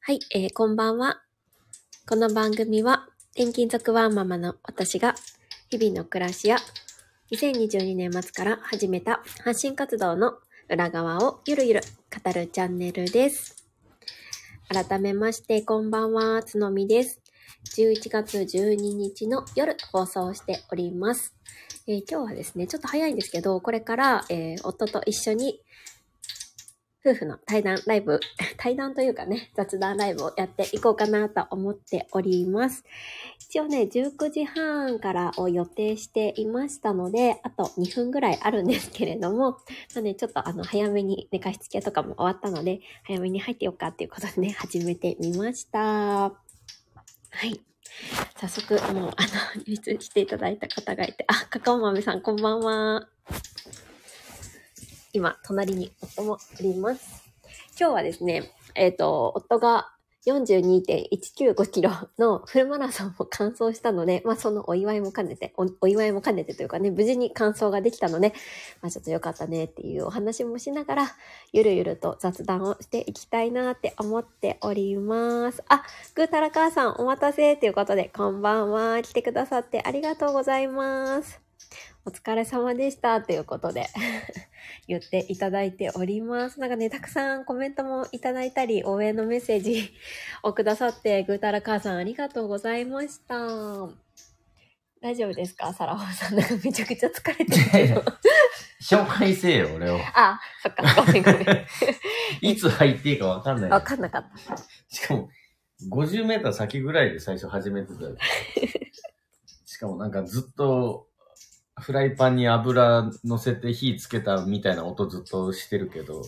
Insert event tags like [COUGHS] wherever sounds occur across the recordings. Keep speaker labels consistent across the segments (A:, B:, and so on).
A: はい、えー、こんばんは。この番組は、転勤族ワンママの私が、日々の暮らしや、2022年末から始めた発信活動の裏側をゆるゆる語るチャンネルです。改めまして、こんばんは、つのみです。11月12日の夜放送しております。えー、今日はですね、ちょっと早いんですけど、これから、えー、夫と一緒に夫婦の対談ライブ、 [LAUGHS] 対談というかね、雑談ライブをやっていこうかなと思っております。一応ね、19時半からを予定していましたので、あと2分ぐらいあるんですけれども、まあね、ちょっとあの、早めに寝かしつけとかも終わったので、早めに入ってよっかっていうことでね、始めてみました。はい。早速、もう、あの、入室していただいた方がいて、あ、カカオ豆さん、こんばんは。今、隣に夫もおります。今日はですね、えっ、ー、と、夫が42.195キロのフルマラソンを完走したので、まあそのお祝いも兼ねてお、お祝いも兼ねてというかね、無事に完走ができたので、まあちょっと良かったねっていうお話もしながら、ゆるゆると雑談をしていきたいなって思っております。あ、ぐーたらかーさんお待たせということで、こんばんは。来てくださってありがとうございます。お疲れ様でしたということで [LAUGHS] 言っていただいております。なんかね、たくさんコメントもいただいたり、応援のメッセージをくださって、ぐーたら母さんありがとうございました。大丈夫ですかサラホさん。なんかめちゃくちゃ疲れてるけど。
B: 紹介せよ、
A: [LAUGHS]
B: 俺を。
A: あそっか、ごめんご [LAUGHS] めん。
B: いつ入っていいかわかんない。
A: わかんなかった。
B: しかも、50メーター先ぐらいで最初始めてた。
A: [LAUGHS]
B: しかもなんかずっと、フライパンに油乗せて火つけたみたいな音ずっとしてるけど。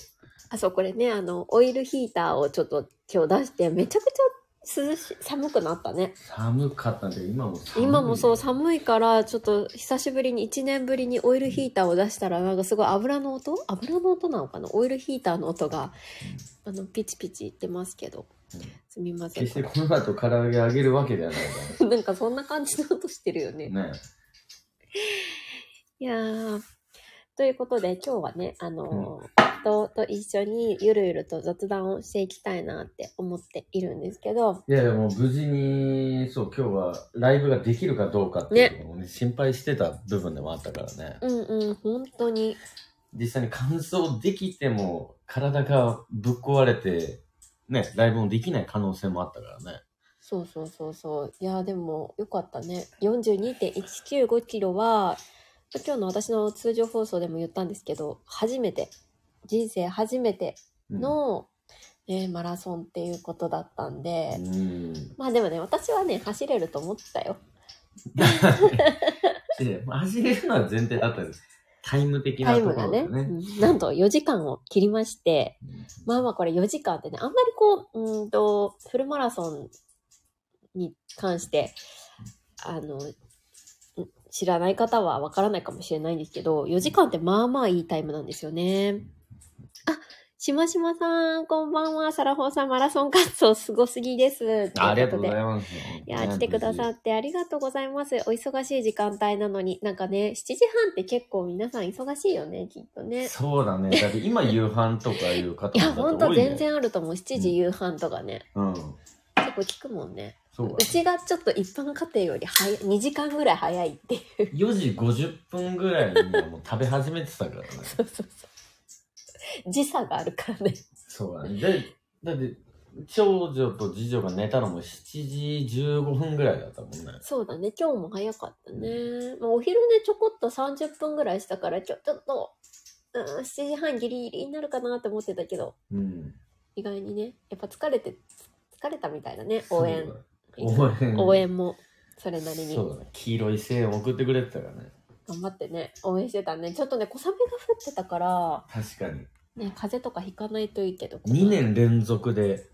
A: あ、そう、これね、あの、オイルヒーターをちょっと今日出して、めちゃくちゃ涼し、寒くなったね。
B: 寒かったんだけど、今も
A: 寒い。今もそう、寒いから、ちょっと久しぶりに、1年ぶりにオイルヒーターを出したら、なんかすごい油の音油の音なのかなオイルヒーターの音が、あの、ピチピチいってますけど。うん、すみません。、
B: 決してこの後唐揚げあげるわけではないから
A: ね。 [LAUGHS] なんかそんな感じの音してるよね。
B: ね。
A: いやー、ということで今日はね、あのー、人と一緒にゆるゆると雑談をしていきたいなって思っているんですけど。
B: いやでも無事に、そう、今日はライブができるかどうかっていうのをね、ね心配してた部分でもあったからね。
A: うんうん、本当に。
B: 実際に乾燥できても体がぶっ壊れて、ね、ライブもできない可能性もあったからね。
A: そうそうそうそう。いやでもよかったね。42.195キロは、今日の私の通常放送でも言ったんですけど、初めて、人生初めての、うん、ね、マラソンっていうことだったんで、うん、まあでもね、私はね、走れると思ってたよ。
B: 走れるのは前提だったんです。タイム的なところ、ね、タイムがね、
A: うん、なんと4時間を切りまして、まあまあこれ4時間ってね、あんまりこう、うんと、フルマラソンに関して、あの、知らない方はわからないかもしれないんですけど、4時間ってまあまあいいタイムなんですよね。あ、しましまさん、こんばんは。サラホーさん、マラソン活動すごすぎです。
B: ありがとうございます。
A: いや、来てくださってありがとうございます。お忙しい時間帯なのに、なんかね、7時半って結構皆さん忙しいよね、きっとね。
B: そうだね。だって今夕飯とかいう方も、ね、
A: いや、ほんと全然あると思う。7時夕飯とかね。
B: うん。うん、
A: 結構聞くもんね。う,うちがちょっと一般家庭より早い2時間ぐらい早いっていう4
B: 時50分ぐらいにはもう食べ始めてたからね
A: そうそうそう時差があるからね
B: そうだねでだって長女と次女が寝たのも7時15分ぐらいだったもんね
A: そうだね今日も早かったね、うん、まあ、お昼寝ちょこっと30分ぐらいしたからちょちょっと、うん、7時半ギリギリになるかなって思ってたけど、
B: うん、
A: 意外にねやっぱ疲れて疲れたみたいだね応援
B: 応援
A: 応援もそれなりに
B: そうだ、ね、黄色い声援を送ってくれてたからね
A: 頑張ってね応援してたねちょっとね小雨が降ってたから
B: 確かに
A: ね風邪とかひかないといいけど
B: 2年連続で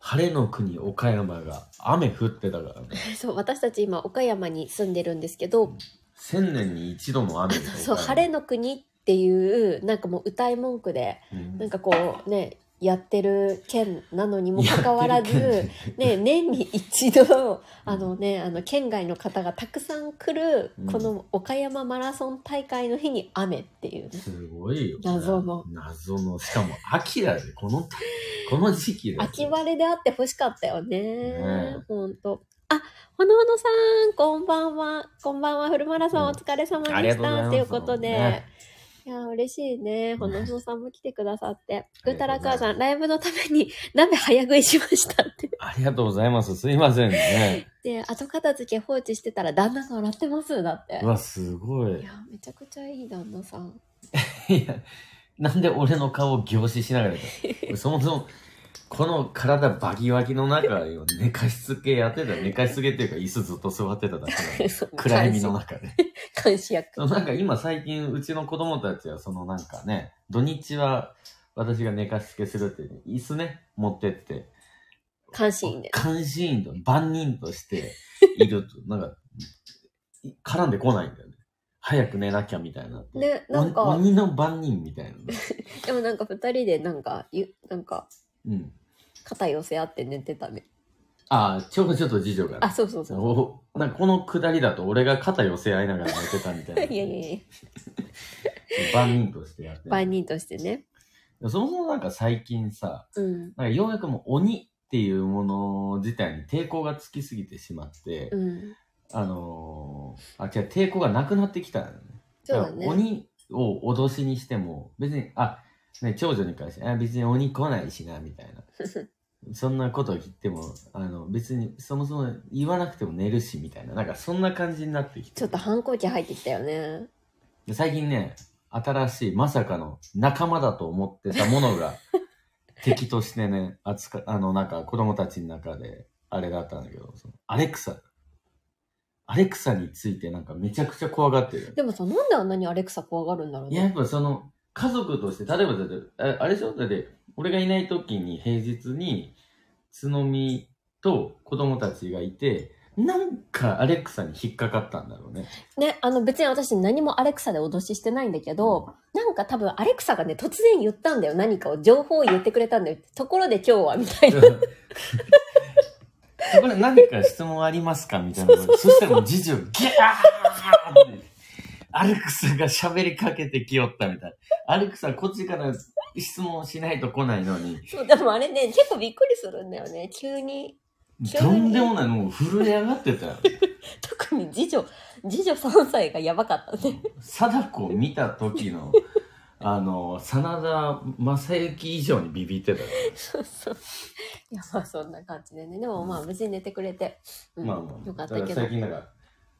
B: 晴れの国岡山が雨降ってたからね
A: [LAUGHS] そう私たち今岡山に住んでるんですけど
B: 1000年に一度の雨
A: [LAUGHS] そう晴れの国っていうなんかもう歌い文句で、うん、なんかこうねやってる県なのにもかかわらず、
B: [LAUGHS]
A: ね、年に一度、あのね、あの、県外の方がたくさん来る
B: うん、
A: この岡山マラソン大会の日に雨っていうね。
B: すごいよ。
A: 謎の。
B: 謎の。しかも、秋だぜ。この、この時期だぜ。
A: 秋晴れであって欲しかったよね
B: ね。
A: ほんと。あ、ほのほのさん、こんばんは。こんばんは。フルマラソンお疲れ様で
B: ありが
A: し
B: とうござい
A: た。
B: ます。
A: ということで。
B: ね
A: いやー、嬉しいね。ほのほのさんも来てくださって。ぐ
B: ありがとう
A: ーたらかあ
B: ございます
A: さん、ライブのために [LAUGHS] 鍋早食いしましたって。
B: ありがとうございます。すいませ
A: [LAUGHS]
B: んね。
A: で、後片付け放置してたら旦那が笑ってます。だって
B: う。わ、すご
A: い
B: い。
A: やー、めちゃくちゃいい旦那さん。
B: いや、なんで俺の顔を凝視しながらやった
A: [LAUGHS]
B: のそもそも、この体バキバキの中よ、寝かしつけやってた。寝かしつけっていうか、椅子ずっと座ってただけ
A: [LAUGHS]
B: なの [LAUGHS] 暗闇の中で。
A: 監視役。 [LAUGHS]
B: そうなんか今最近、うちの子供たちは、そのなんかね、土日は私が寝かしつけするって、椅子ね、持ってって、
A: 監視員で。
B: 監視員と万人としてい
A: [LAUGHS]
B: ると、なんか、い絡んでこないんだよね。早く寝なきゃみたいな。
A: ね、なん
B: お
A: か、
B: 鬼の万人みたいな。
A: でもなんか二人でなんか、ゆなんか、
B: うん。
A: 肩寄せ合って寝てたね。
B: ああ、ちょこちょっと事情がある。
A: あ、そうそうそう。
B: おなんかこのくだりだと俺が肩寄せ合いながら寝てたみたい
A: い [LAUGHS]
B: な。
A: やいやいや、
B: 万人としてやってる。
A: 万人としてね。
B: そもそもなんか最近さ、
A: うん。
B: なんかようやくもう鬼っていうもの自体に抵抗がつきすぎてしまって、
A: うん。
B: あのー、あ、違う、抵抗がなくなってきたのね。
A: そうだ
B: だから
A: ね。
B: 鬼を脅しにしても、別に、あ、ね、長女に関して、あ、別に鬼来ないしな、みたいな。
A: [LAUGHS]
B: そんなこと言っても、あの、別に、そもそも言わなくても寝るし、みたいな。なんか、そんな感じになってきて。
A: ちょっと反抗期入ってきたよね。
B: で最近ね、新しい、まさかの仲間だと思ってたも
A: [LAUGHS]
B: のが、敵としてね、扱、あの、なんか、子供たちの中で、あれだったんだけど、そのアレクサ。アレクサについてなんかめちゃくちゃ怖がってる。
A: でもさ、なんであんなにアレクサ怖がるんだろう
B: いや、やっ
A: ね。
B: ぱその、家族として、例えばだって、ああれでしょだって、俺がいない時に平日に、つのみと子供たちがいて、なんかアレクサに引っかかったんだろうね。
A: [LAUGHS] ね、あの別に私何もアレクサで脅ししてないんだけど、なんか多分アレクサがね、突然言ったんだよ。何かを、情報を言ってくれたんだよ。ところで今日は、みたいな。
B: そこで何か質問ありますかみたい
A: [LAUGHS]
B: な。そしたらもう次女、ギャーって、アレクサが喋りかけてきよったみたいな。アレクサ、こっちから質問しないと来ないのに、
A: そう、 [LAUGHS] でもあれね、結構びっくりするんだよね。急に。急に
B: とんでもない、もう震え上がってたよ。
A: 特に次女、次女3歳がやばかったね。
B: 貞子を見た時
A: [LAUGHS]
B: のあの真田正幸以上にビビってたよ、
A: そうそう。いや、まあそんな感じでね。でもまあ無事に寝てくれて、うん
B: まあまあ
A: よかっ
B: だ
A: たけど。
B: から最近だから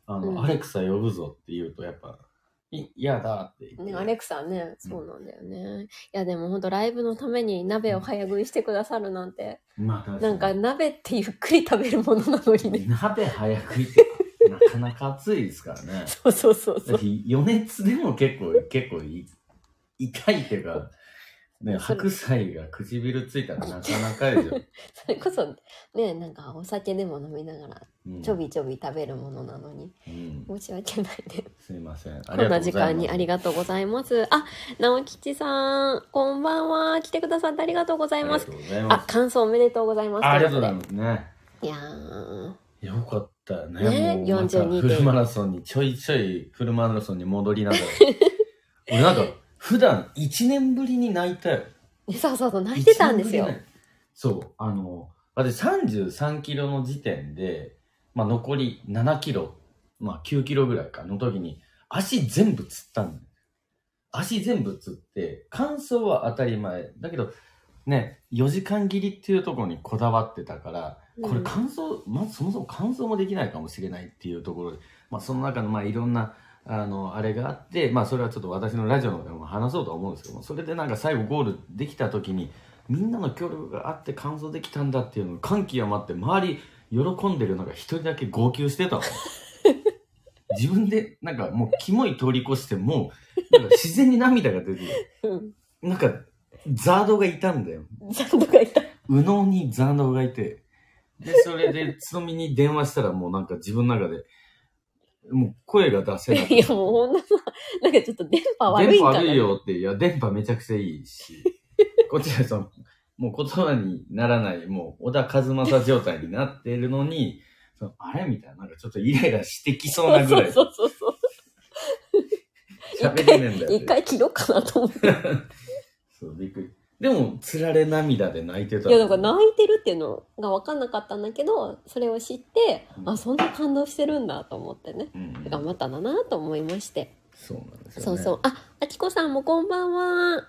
B: あの、
A: うん
B: アレクサ呼ぶぞって言うとやっぱ「い嫌だ」って言って、
A: ね、アレクサはね、そうなんだよね。いや、でも本当ライブのために鍋を早食いしてくださるなんて、
B: まあ、
A: なんか
B: ね、
A: 鍋ってゆっくり食べるものなのにね。
B: 鍋早く行ってなかなか暑いですからね
A: そうそう [LAUGHS] そうそ
B: だっ
A: う。
B: て余熱でも結構結構い痛いっていうか、
A: そ
B: ね、
A: れ
B: 白菜が唇つ
A: [LAUGHS]
B: いたらなかなかでしょ、
A: それこそ、ね、なんかお酒でも飲みながら、
B: うん
A: ちょびちょび食べるものなのに、
B: うん、
A: 申し訳ないね。
B: すいません
A: こ
B: ありがとうご
A: ん
B: ざいま
A: な
B: す
A: 時間にありがとうございます。あ、直吉さん、こんばんは。来てくださってありがとうございます。
B: ありがとうございま
A: あ
B: す、
A: 感想おめでとうございます。
B: あありがとうございますね。
A: いやー、
B: よかったよね。
A: ね
B: もうなんか
A: 42.1
B: フルマラソンに、ちょいちょいフルマラソンに戻りな
A: [LAUGHS]
B: がら。俺なんか、普段1年ぶりに泣いたよ。
A: そうそうそう、泣いてたんです
B: 一
A: よ
B: 年。ぶりねそう、あの、私33キロの時点で、まあ残り7キロ、まあ9キロぐらいかの時に、足全部つったんだよ。足全部つって、乾燥は当たり前。だけど、ね、4時間切りっていうところにこだわってたから、こ
A: う
B: れ
A: ん
B: 乾燥、まずそもそも乾燥もできないかもしれないっていうところで、まあその中のまあいろんな、あの、あれがあって、まあそれはちょっと私のラジオの方でも話そうとは思うんですけども、それでなんか最後ゴールできた時に、みんなの協力があって完走できたんだっていうのを歓喜余って周り喜んでるのが一人だけ号泣して
A: [LAUGHS]
B: たの自分でなんかもうキモい通り越してもうなんか自然に涙が出てる
A: うん。
B: なんかザードがいたんだよ
A: ちゃんと書いた。
B: 右脳にザードがいてでそれ
A: [LAUGHS]
B: でつのみに電話したらもうなんか自分の中でもう声が出せなくて
A: [LAUGHS] いや、もうほんとさ、なんかちょっと電波悪
B: 電
A: いんか
B: 波
A: な。
B: [LAUGHS] 悪いよって、いや、電波めちゃくちゃいいし、こっちはその、もう言葉にならない、もう小田和正状態になってるのに、そのあれみたいな、なんかちょっとイライラしてきそうなぐらい
A: [LAUGHS] そうそうそうそう。
B: 喋れねえんだよ。
A: 一回切ろうかなと思って。
B: そう、びっくり。でも、つられ涙で泣いてた。
A: いや、なんか泣いてるっていうのが分かんなかったんだけど、それを知って、
B: うん
A: あ、そんな感動してるんだと思ってね。
B: うんうん
A: 頑張ったんだなと思いまして。
B: そうなんですよ、ね。
A: そうそう。あ、あきこさんもこんばんは。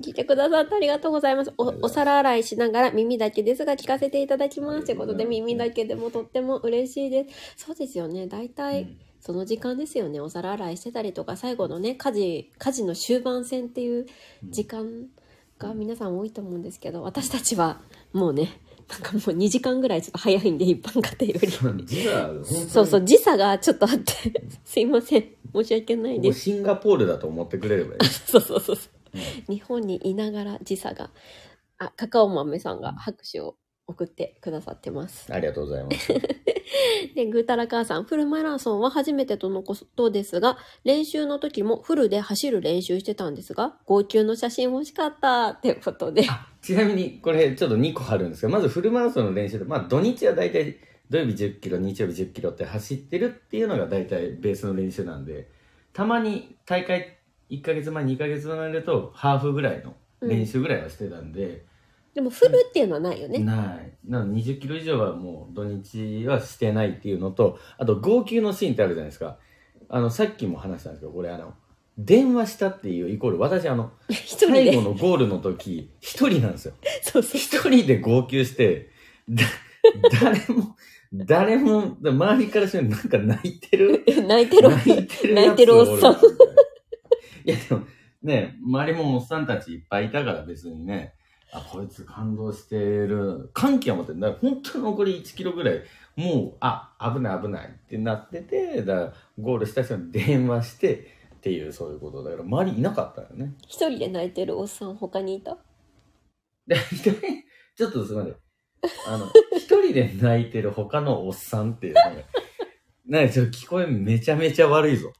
A: 聞いてくださってありがとうございます。お、お皿洗いしながら耳だけですが聞かせていただきます。ということで耳だけでもとっても嬉しいです。そうですよね。大
B: う
A: 体
B: ん
A: その時間ですよね。お皿洗いしてたりとか、最後のね、家事、家事の終盤戦っていう
B: うん
A: 時間が皆さん多いと思うんですけど、私たちはもうね、なんかもう2時間ぐらいちょっと早いんで、一般家庭より。
B: 実は、本当に
A: そうそう、時差がちょっとあって、 [LAUGHS] すいません。申し訳ない
B: こ
A: で
B: こ
A: す。
B: シンガポールだと思ってくれ
A: [LAUGHS]
B: ればいい。
A: そうそうそうそう。日本にいながら時差が。あ、カカオ豆さんが拍手を送ってくださってます。
B: ありがとうございます。
A: で、ぐーたら母さん、フルマラソンは初めてとのことですが、練習の時もフルで走る練習してたんですが、号泣の写真欲しかったってことで。
B: ちなみに、これちょっと2個あるんですけど、まずフルマラソンの練習で、まあ土日は大体土曜日10キロ、日曜日10キロって走ってるっていうのが大体ベースの練習なんで、たまに大会1ヶ月前、2ヶ月前になると、ハーフぐらいの練習ぐらいはしてたんで、
A: でもフルっていうのはないよね。
B: ない。なので20キロ以上はもう土日はしてないっていうのと、あと号泣のシーンってあるじゃないですか。あの、さっきも話したんですけど、これあの、電話したっていうイコール、私あの、
A: 一人
B: 最
A: で。
B: 後のゴールの時、一人なんですよ。
A: そうそう。
B: 一人で号泣して、だ誰も、誰も、周りからしてもなんか泣いてる。
A: 泣いてる。
B: 泣いてるやつ
A: 泣いてるおっさん
B: おるなみたいないやでも、ね、周りもおっさんたちいっぱいいたから別にね、あ、こいつ感動してる。歓喜は持ってる。だから本当に残り1キロぐらい、もう、あ、危ない危ないってなってて、だからゴールした人に電話して、っていうそういうことだから周りいなかったよね。
A: 一人で泣いてるおっさん他にいた
B: で、 [LAUGHS] 一人、ちょっとすみません。あの、一人で泣いてる他のおっさんっていうのが、なんかちょっと聞こえめちゃめちゃ悪いぞ。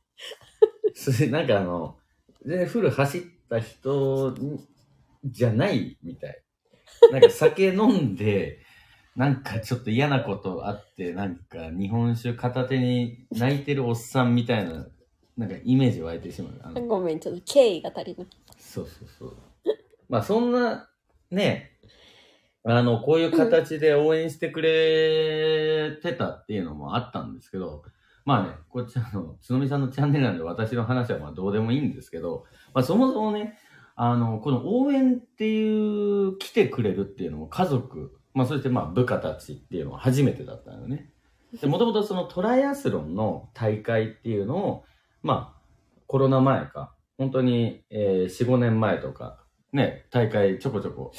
B: それなんかあの、で、フル走った人じゃないみたい。なんか酒飲んで、なんかちょっと嫌なことあって、なんか日本酒片手に泣いてるおっさんみたいな、なんかイメージ湧いてしまう。あの
A: ごめん、ちょっと敬意が足りない。
B: そうそうそう。まあそんな、ね、あの、こういう形で応援してくれてたっていうのもあったんですけど、まあね、こっちあの、つのみさんのチャンネルなんで私の話はまあどうでもいいんですけど、まあそもそもね、あの、この応援っていう、来てくれるっていうのも家族、まあそしてまあ部下たちっていうのは初めてだったのよね。で、もともとそのトライアスロンの大会っていうのを、まあコロナ前か、本当に、えー、4、5年前とか、ね、大会ちょこちょこ、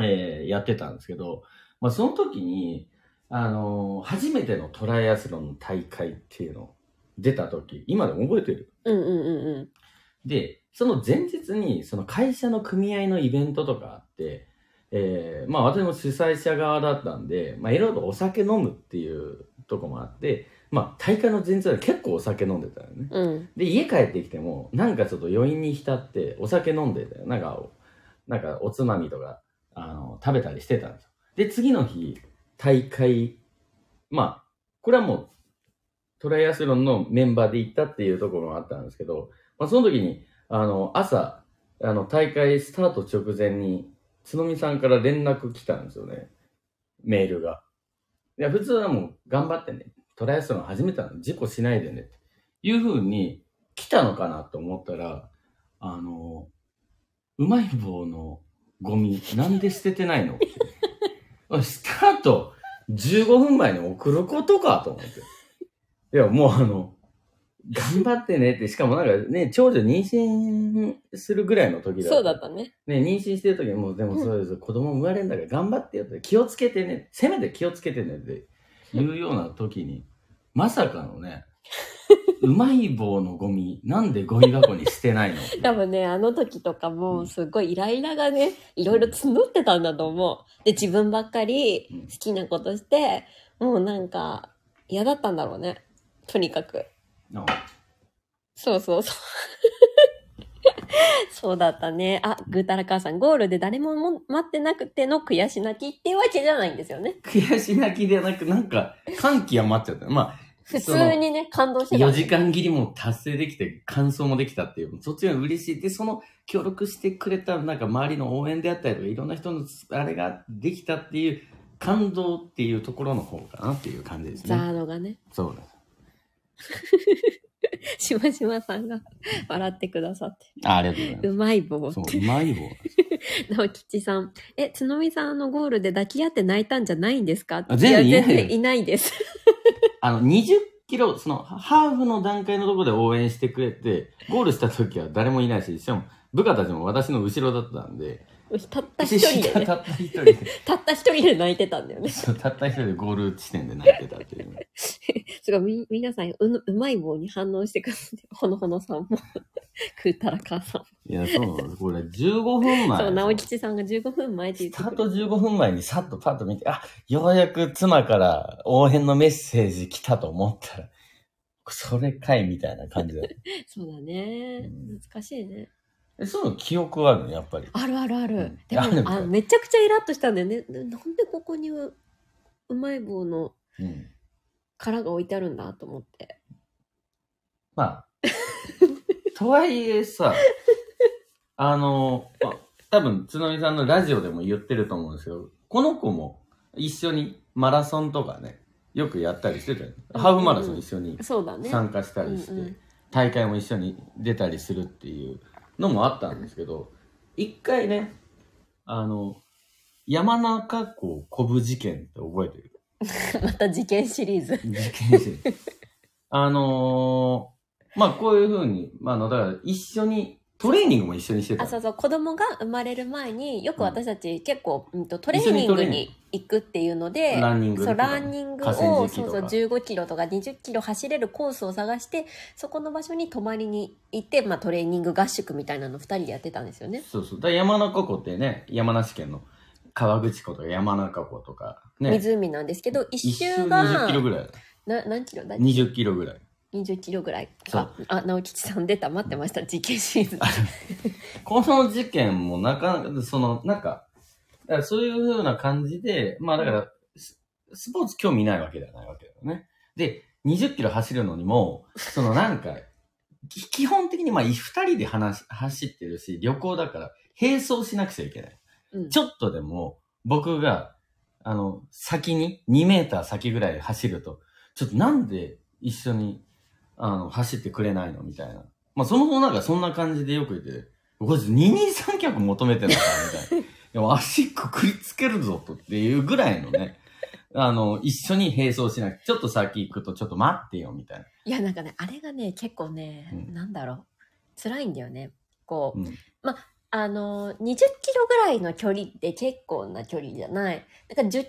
B: えーやってたんですけど、まあ、その時に、あのー初めてのトライアスロンの大会っていうの、出た時、今でも覚えてる。
A: うんうんうんうん。
B: で、その前日に、その会社の組合のイベントとかあって、えーまあ私も主催者側だったんで、まあいろいろとお酒飲むっていうとこもあって、まあ大会の前日は結構お酒飲んでたよね。
A: うん。
B: で家帰ってきてもなんかちょっと余韻に浸ってお酒飲んでたよなんかおなんかおつまみとかあの食べたりしてたんですよで次の日大会まあこれはもうトライアスロンのメンバーで行ったっていうところもあったんですけど、まあ、その時にあの朝あの大会スタート直前に角見さんから連絡来たんですよねメールがいや普通はもう頑張ってねトライアスロン始めたの事故しないでねっていうふうに来たのかなと思ったらあのうまい棒のゴミなんで捨ててないのおい [LAUGHS] スタート15分前に送ることかと思っていやもうあの頑張ってねってしかもなんかね長女妊娠するぐらいの時だ
A: そうだったね。
B: ね、妊娠してる時にもうでもそうです、子供生まれるんだから頑張ってよって気をつけてねせめて気をつけてねっていうような時にまさか
A: [LAUGHS]
B: のねうまい棒のゴミなんでゴミ箱に捨てないの
A: 多分ね、あの時とか
B: う
A: も、
B: ん
A: すごいイライラがね、いろいろ募ってたんだと思う。で、自分ばっかり
B: うん
A: 好きなことして、もうなんか嫌だったんだろうね。とにかく。 [LAUGHS]
B: あ
A: そうそうそそうだったね。あ、ぐーたら母さん、ゴールで誰もも待ってなくての悔し泣きっていうわけじゃないんですよね。
B: 悔し泣きではなく、なんか、歓喜は待っちゃった。まあ、
A: 普通にね、感動してた。
B: 4時間切りも達成できて、感想もできたっていう、そっちが嬉しい。で、その、協力してくれた、なんか、周りの応援であったりとか、いろんな人の、あれができたっていう、感動っていうところの方かなっていう感じです
A: ザ
B: ね。
A: ードがね、 [LAUGHS]
B: そうです。
A: しましまさんが笑ってくださっ
B: あありがとうございます
A: て。。うまい棒。
B: そう、うまい棒。
A: 直吉さん。え、つのみさんあのゴールで抱き合って泣いたんじゃないんですか
B: あ全然
A: いや
B: いない
A: 全然いないです。 [LAUGHS]
B: あの、20キロ、その、ハーフの段階のところで応援してくれて、ゴールした時は誰もいないし、しかも、部下たちも私の後ろだったんで、
A: たった一人
B: [LAUGHS]
A: で、ね、
B: たった一人で、
A: たった一人で泣いてたんだよね。
B: そうたった一人でゴール地点で泣いてたっていう。
A: すごい、み、皆さん、うの、うまい棒に反応してくるんで、ほのほのさんも、 [LAUGHS] くうたら母さんも。
B: いや、そうなんです。これ、15分前。
A: そう、直吉さんが15分前って言
B: ス
A: って
B: タ
A: く
B: ー
A: れ
B: ト15分前にさっとパッと見て、あ、ようやく妻から応援のメッセージ来たと思ったら、それかいみたいな感じだ。
A: そうだね
B: うん。
A: 難しいね。 [LAUGHS]
B: えそういうの記憶はあるの、やっぱり。
A: あるあるある。
B: うん
A: でも
B: あるんだ
A: あ、めちゃくちゃイラッとしたんだよね。ななんでここにううまい棒の
B: うん。
A: 殻が置いてあるんだと思って。 [LAUGHS]
B: まあ。とはいえさ、あの、まあ多分、つのみさんのラジオでも言ってると思うんですけど、この子も一緒にマラソンとかね、よくやったりしてたよね、
A: うん
B: ハーフマラソン一緒に
A: そうだね。
B: 参加したりして、
A: うんうん
B: 大会も一緒に出たりするっていうのもあったんですけど、一回ね、あの、山中湖コブ事件って覚えてる
A: [LAUGHS] また事件シリーズ。
B: 受験生。 [LAUGHS] あのー、まあこういうふうに、まああの、だから一緒に、トレーニングも一緒にしてた
A: あ、。そうそう。子供が生まれる前に、よく私たち結構、うん、とトレ
B: 一緒
A: ーニ
B: に
A: ン
B: ト
A: グ
B: レーニング
A: に行くっていうので、
B: ランニングと
A: そう
B: か
A: ランニングを
B: 河
A: そ
B: 川
A: う
B: 敷
A: そ
B: と
A: う
B: か
A: 15キロとか20キロ走れるコースを探してそこの場所に泊まりに行って、まあ、トレーニング合宿みたいなの2人でやってたんですよね
B: そうそう。だから山中湖ってね、山梨県の川口湖とか山中湖とか、ね。
A: 湖なんですけど一
B: 一周
A: 周
B: 20
A: が
B: キロぐらい。
A: な何キロだ
B: 20キロぐらい。
A: 20キロぐらいかあ直吉さん出た待ってました実験シリー
B: [LAUGHS]
A: ズ
B: この事件もなかなか、その、なんか、だからそういうふうな感じで、まあだから、ススポーツ興味ないわけではないわけだよね。で、20キロ走るのにも、そのなんか、き基本的にまあ二人で話し走ってるし、旅行だから、並走しなくちゃいけない。
A: うん
B: ちょっとでも、僕が、あの、先に、2メーター先ぐらい走ると、ちょっとなんで一緒に、あの、走ってくれないのみたいな。まあ、その方なんかそんな感じでよく言って、こいつ二人三脚求めてんのかみたいな。でも足くくりつけるぞとっていうぐらいのね、あの、一緒に並走しなくちょっと先行くとちょっと待ってよみたいな。
A: いやなんかねあれがね結構ね、
B: うん
A: なんだろう辛いんだよねこう、
B: うん
A: あの20キロぐらいの距離って結構な距離じゃないだから10キロ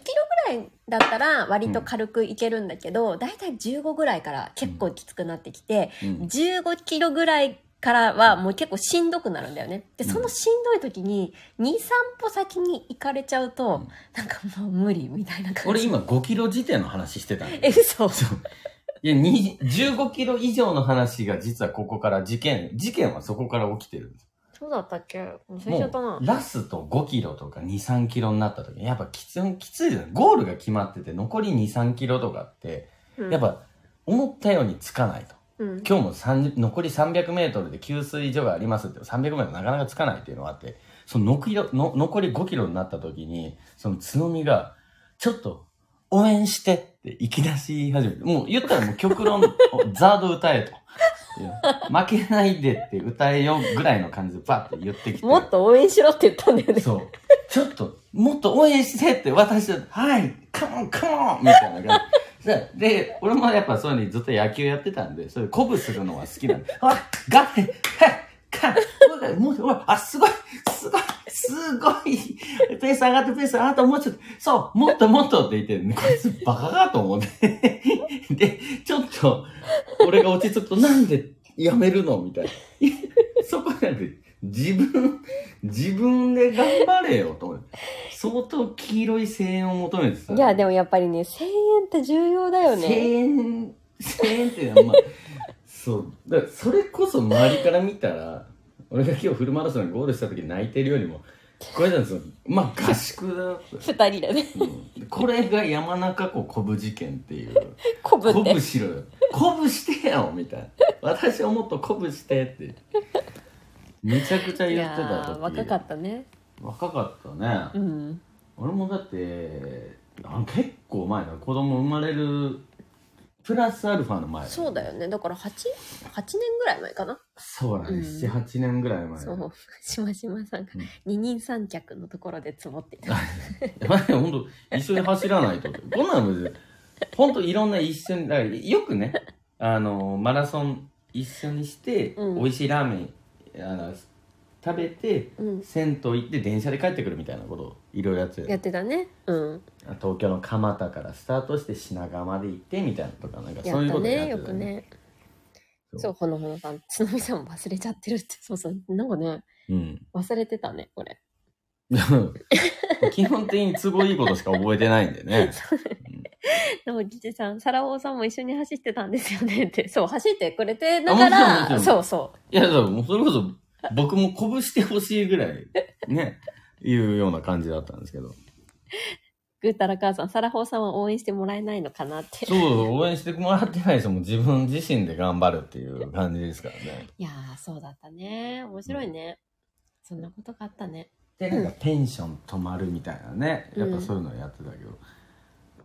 A: ぐらいだったら割と軽くいけるんだけど、だいたい15ぐらいから結構きつくなってきて、 [LAUGHS]
B: うん
A: 15キロぐらいからはもう結構しんどくなるんだよねで
B: うん
A: そのしんどい時に23歩先に行かれちゃうと、
B: うん
A: なんかもう無理みたいな感
B: 俺
A: じ
B: 今5キロ時点の話してたんだけ
A: [LAUGHS]
B: ど
A: え嘘
B: そう。いや、に15キロ以上の話が実はここから事件、事件はそこから起きてるんです。
A: そうだったっけ忘れちゃった
B: も
A: な
B: う、ラスト5キロとか2、3キロになった時に、やっぱきつん、きついじゃん。ゴールが決まってて、残り2、3キロとかって、
A: うん
B: やっぱ、思ったようにつかないと。
A: うん
B: 今日も30残り300メートルで給水所がありますって、300メートルなかなかつかないっていうのがあって、その残りのの残り5キロになった時に、そのつのみが、ちょっと応援してっていき出し始めて、もう言ったらもう極論、 [LAUGHS] おザード歌えと。いや負けないでって歌えよぐらいの感じでバッて言ってきて。
A: もっと応援しろって言ったんだよね
B: そう。ちょっと、もっと応援してって私は、はい、カモンカモンみたいな感じで。で、俺もやっぱそういうのにずっと野球やってたんで、そういう鼓舞するのは好きなんで、 [LAUGHS] あ、ガッテはい、カン、そうだよもう、おいあ、すごい、すごい、すごい、ペース上がって、ペース上がって、もうちょっと、そう、もっともっとって言って、こいつバカかと思って。で、ちょっと、俺が落ち着くと、なんでやめるのみたいな。そこなんで、自分、自分で頑張れよと思って相当黄色い声援を求めてさ
A: いやでもやっぱりね声援って重要だよ
B: 声
A: ね
B: 援声援っていうのはまあそうだからそれこそ周りから見たら俺が今日フルマラソンでゴールした時泣いてるよりもこれなんですよまあ合宿だって
A: 二人でね、 [LAUGHS]
B: うんこれが山中湖コブ事件っていう
A: こぶ
B: 鼓
A: って
B: 舞。しろよ鼓舞してよみたいな私をもっと鼓舞してってめちゃくちゃ
A: い
B: 言っ
A: や
B: てた
A: ー
B: 時
A: 若かったね。
B: 若かった
A: う
B: ね、
A: ん。
B: 俺もだってあ結構前だ子供生まれるプラスアルファの前
A: そうだよね。だから八八年ぐらい前かな。
B: そうだね、
A: うん
B: 78年ぐらい前
A: そう。 [LAUGHS] 島島さんが
B: うん
A: 二人三脚のところで積もってた。
B: やばいよ、本当一緒に走らないと。こんなの別に、本当いろんな一緒に、だからよくね、あの、マラソン一緒にして、
A: うん
B: 美味しいラーメン、あの、食べて、
A: うん。
B: 銭湯行って電車で帰ってくるみたいなことをいろいろやって
A: やってたね。うん。
B: 東京の蒲田からスタートして品川まで行ってみたいなとかなんか
A: や
B: そう
A: っ
B: いう
A: た
B: こと
A: ね。
B: や
A: よ
B: ってた
A: く
B: よ
A: ね。
B: そう
A: そう、ほのほのさん。つのみさんも忘れちゃってる [LAUGHS] って。そうそう。なんかね、
B: うん
A: 忘れてたね、これ。
B: [LAUGHS] 基本的に都合いいことしか覚えてないんでね
A: でも、じじさん、サラオさんも一緒に走ってたんですよねって。そう、走ってくれてなが
B: あ
A: ら、
B: もちろんもちろ
A: そうそ
B: いや、だからもうそれこそ、僕もぶしてほしいぐらい、ね、いうような感じだったんですけど。
A: う。ぐーたら母さん、サラホーさんは応援してもらえないのかなって。
B: そう、応援してもらってないですもん。自分自身で頑張るっていう感じですからね。
A: いやー、そうだったね。面白いね。そんなことがあったね。
B: で、なんかテンション止まるみたいなね。やっぱそういうのやってたけど。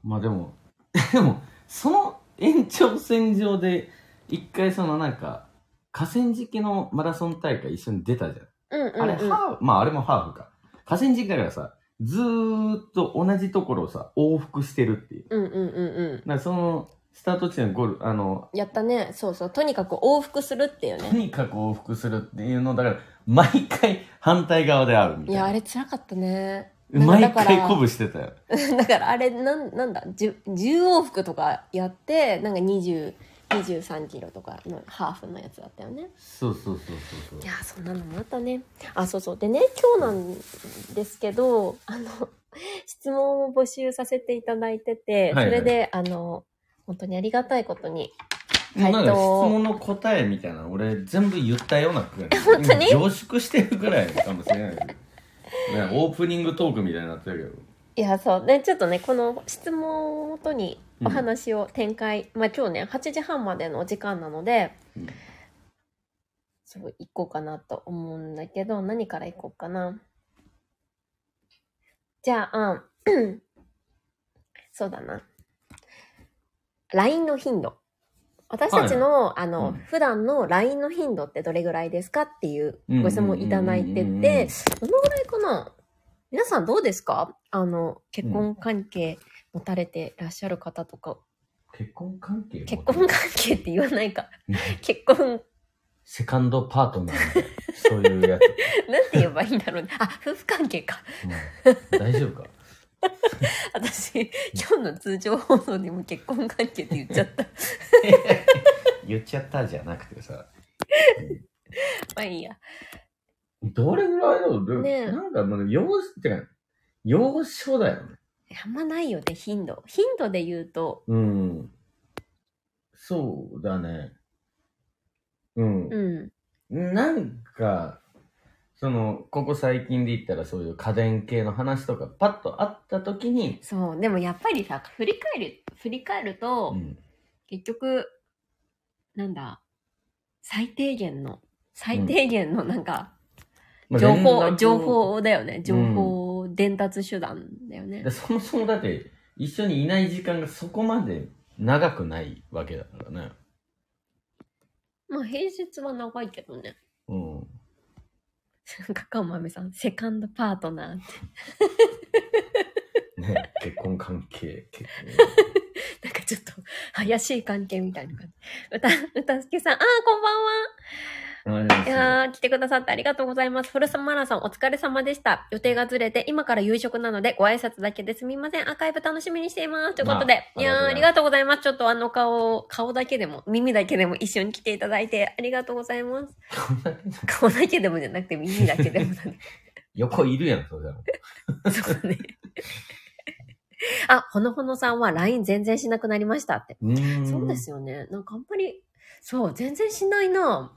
B: まあでも、 [LAUGHS] でも、その延長線上で、一回そのなんか、河川敷のマラソン大会一緒に出たじゃん。
A: うんうん、
B: あれ、
A: うん。
B: ハーフ、まああれもハーフか。河川敷だからさ、ずーっと同じところをさ、往復してるっていう。
A: うんうんうんう
B: だからその、スタート地点のゴール、あの、
A: ん。やったね。そうそう。とにかく往復するっていう
B: と
A: ね。
B: にかく往復するっていうの、だから、毎回反対側で会うみた
A: い
B: いな。
A: や、あれ辛かったね。なんか
B: 毎
A: だから
B: 回鼓舞してたよ。
A: [LAUGHS] だからあれなんなんだ 10, 10往復とかやってなんか20 23キロとかのハーフのやつだったよね
B: そうそうそうそう
A: い
B: そう。
A: やーそんなのもあったねあそうそうでね今日なんですけどあの [LAUGHS] 質問を募集させていただいてて、
B: はいはい
A: それであの本当にありがたいことに
B: もうなんか
A: 回答
B: 質問の答えみたいなの俺全部言ったようなくらい。
A: 本当に
B: 今凝縮してるくらいかもしれないけど。ね、オープニングトークみたいになってるけど。
A: いやそうねちょっとねこの質問をもとにお話を展開、まあ今日ね8時半までのお時間なので
B: うん
A: そう行こうかなと思うんだけど何から行こうかなじゃあ、うん、そうだな LINE の頻度私たちの,、あの
B: うん
A: 普段の LINE の頻度ってどれぐらいですかっていう
B: うん
A: ご質問いただいて
B: うんうんうんうんう
A: て
B: ん
A: どのぐらいかな皆さんどうですかあの結婚関係持たれてらっしゃる方とか、
B: 結婚関係
A: 結婚関係って言わないか
B: 係
A: 結婚
B: セカンドパートナーみたいな、そういうやつ。
A: なんて言えばいいんだろうね。あ、夫婦関係か。
B: うん大丈
A: [LAUGHS]
B: 夫か
A: 私、今日の通常放送でも結婚関係って言っちゃった。
B: 言っちゃったじゃなくてさ。
A: まあいいや。
B: どれぐらいだろう、
A: ねえ
B: なんかもう、幼少ってか、幼少だよね。
A: あんまないよね、頻度。頻度で言うと、
B: うん。そうだね。うん。
A: うん。
B: なんか、その、ここ最近で言ったらそういう家電系の話とか、パッとあった時に、
A: そう。でもやっぱりさ、振り返る、振り返ると、
B: うん。
A: 結局、なんだ、最低限の、最低限のなんか、
B: まあ
A: 情
B: 連絡
A: 報、
B: を
A: 情報だよね。情報伝達手段だよね
B: で。そもそもだって一緒にいない時間がそこまで長くないわけだからね
A: まあ平日は長いけどね。 [LAUGHS]
B: うん
A: なんかかまめさん、セカンドパートナーって
B: ね [LAUGHS] 結婚関係結
A: なんかちょっと [LAUGHS] 怪しい関係みたいな感じ。うた、うたすけさん、あーこんばん
B: 婚
A: は。いやー、来てくださってありがとうございます。フルサマラソンお疲れ様でした。予定がずれて、今から夕食なのでご挨拶だけですみません。アーカイブ楽しみにしています。ということで。
B: あ
A: いやー、あ
B: あ
A: り
B: り
A: が
B: が
A: とうございます。ちょっとあの顔、顔だけでも、耳だけでも一緒に来ていただいてありがとうございます。顔だけでもじゃなくて耳だけでもだ [LAUGHS] ね。
B: 横いるやんそうじゃん
A: そうだね。あ、ほのほのさんは LINE 全然しなくなりましたって。
B: うーん
A: そうですよね。なんかあんまり、そう、全然しないな。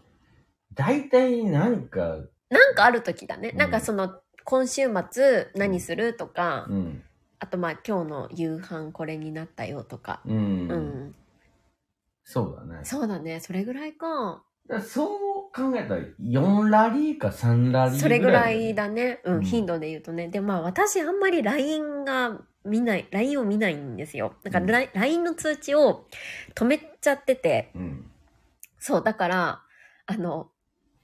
B: 大体なんか、
A: なんかある時だね。
B: うん
A: なんかその、今週末何するとか、
B: うん。
A: あとまあ今日の夕飯これになったよとか。
B: うん。
A: うん。
B: そうだね。
A: そうだね。それぐらいか。
B: だからそう考えたら、4ラリーか3ラリー
A: それぐらい。だね。う
B: うん
A: ん。頻度で言うとね。で、まあ私あんまり LINE が見ない、LINE を見ないんですよ。だから LINE LINE の通知を止めちゃってて。
B: うん。
A: そう、だから、あの、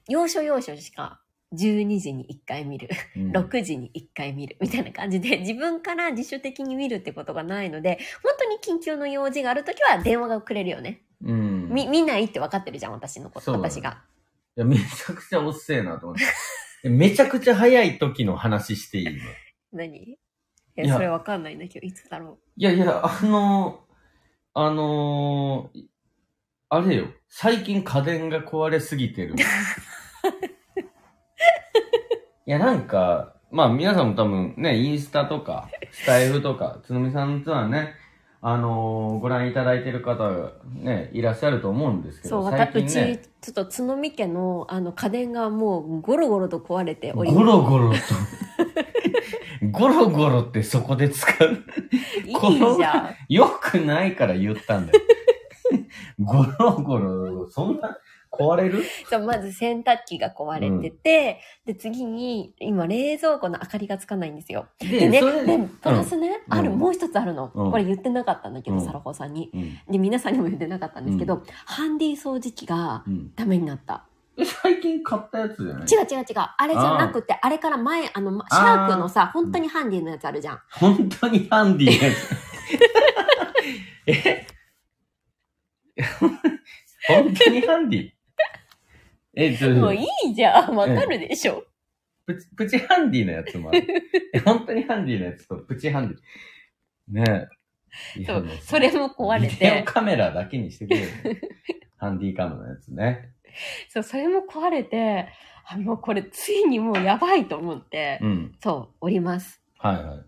A: 要所要所しか12時に1回見る。
B: うん
A: 6時に1回見るみたいな感じで自 [LAUGHS] 分から自主的に見るってことがないので本当に緊急の用事がある時は電話がくれるよね、
B: うん。
A: み見ないって分かってるじゃん私のこ
B: そ
A: と
B: うだね
A: 私が
B: いや、めちゃくちゃおっせえなと思って。 [LAUGHS] めちゃくちゃ早い時の話していいのい
A: 何いや
B: いや
A: それ分かんないんだけどいつだろ
B: やいや、あのあのあれよ。最近家電が壊れすぎてる。
A: [LAUGHS]
B: いや、なんか、まあ皆さんも多分ね、インスタとか、スタイフとか、つのみさんとはね、あのご覧いただいてる方、ね、いらっしゃると思うんです
A: う
B: け
A: そう
B: ど、
A: わた
B: 最
A: う
B: 近
A: ち
B: ね、
A: ちょっと角見家のあの家電がもうゴロゴロと壊れており
B: ゴロゴロと、ゴロゴロってそこで使う
A: い
B: この
A: いじゃ
B: [LAUGHS]
A: ん
B: よくないから言ったんだよ。ゴロゴロ、そんな、壊れる
A: そうまず洗濯機が壊れてて、で次に今冷蔵庫の明かりがつかないんですよで
B: で
A: ね
B: それで、
A: でプラスね、
B: うん
A: ある、
B: うん
A: もう一つあるの、
B: うん
A: これ言ってなかったんだけど、
B: うん
A: サラホさんに
B: うん。
A: で皆さんにも言ってなかったんですけど、
B: う
A: ハンディ掃除機が
B: うん。
A: ダメになった
B: え、最近買ったやつじゃない
A: 違う違う違うあれじゃなくてあれから前あのまシャークのさ本当にハンディのやつあるじゃん
B: 本当にハンディなやつ。え本当にハンディえ、ちょ、
A: もういいじゃんわかるでしょ、
B: プチ、プチハンディのやつも
A: [LAUGHS]
B: ある。え本当にハンディのやつとプチハンディ。ねえ。いや
A: そう
B: もう
A: それも壊れ
B: ビデオ
A: て
B: カメラだけにしてくれよ。
A: [LAUGHS]
B: ハンディカムのやつね。
A: そうそれも壊れてあもうこれついにもうやばいと思って、
B: うん。
A: そうおります
B: はいはい。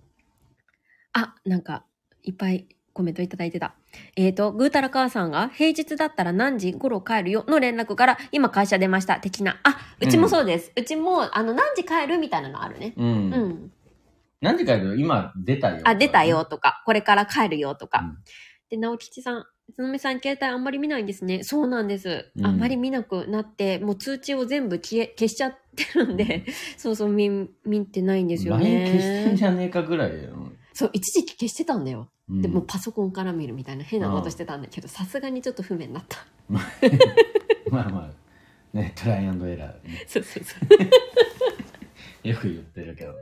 A: あ、なんか、いっぱいコメントいただいてた。えーと、ぐーたら母さんが、平日だったら何時頃帰るよの連絡から、今会社出ました、的な。あ、うちもそうです。うちも、あの、何時帰るみたいなのあるね。
B: う。
A: うんん。
B: 何時帰る今出たよ。
A: あ、出たよ。とか、これから帰るよとか。
B: うん
A: で、直吉さん、つのみさん携帯あんまり見ないんですね。そうなんです。
B: うん
A: あんまり見なくなって、もう通知を全部消え、消しちゃってるんで、そうそう、見、見てないんですよ
B: LINE 消してん
A: ね
B: じ。ゃねえかぐらいよ。
A: そう、一時期消してたんだよ。
B: うん
A: でもうパソコンから見るみたいな変なことしてたんだけどさすがにちょっと不便になった
B: [LAUGHS] まあまあ、ね、トライアンドエラーね、
A: そうそうそう
B: よく言ってるけど。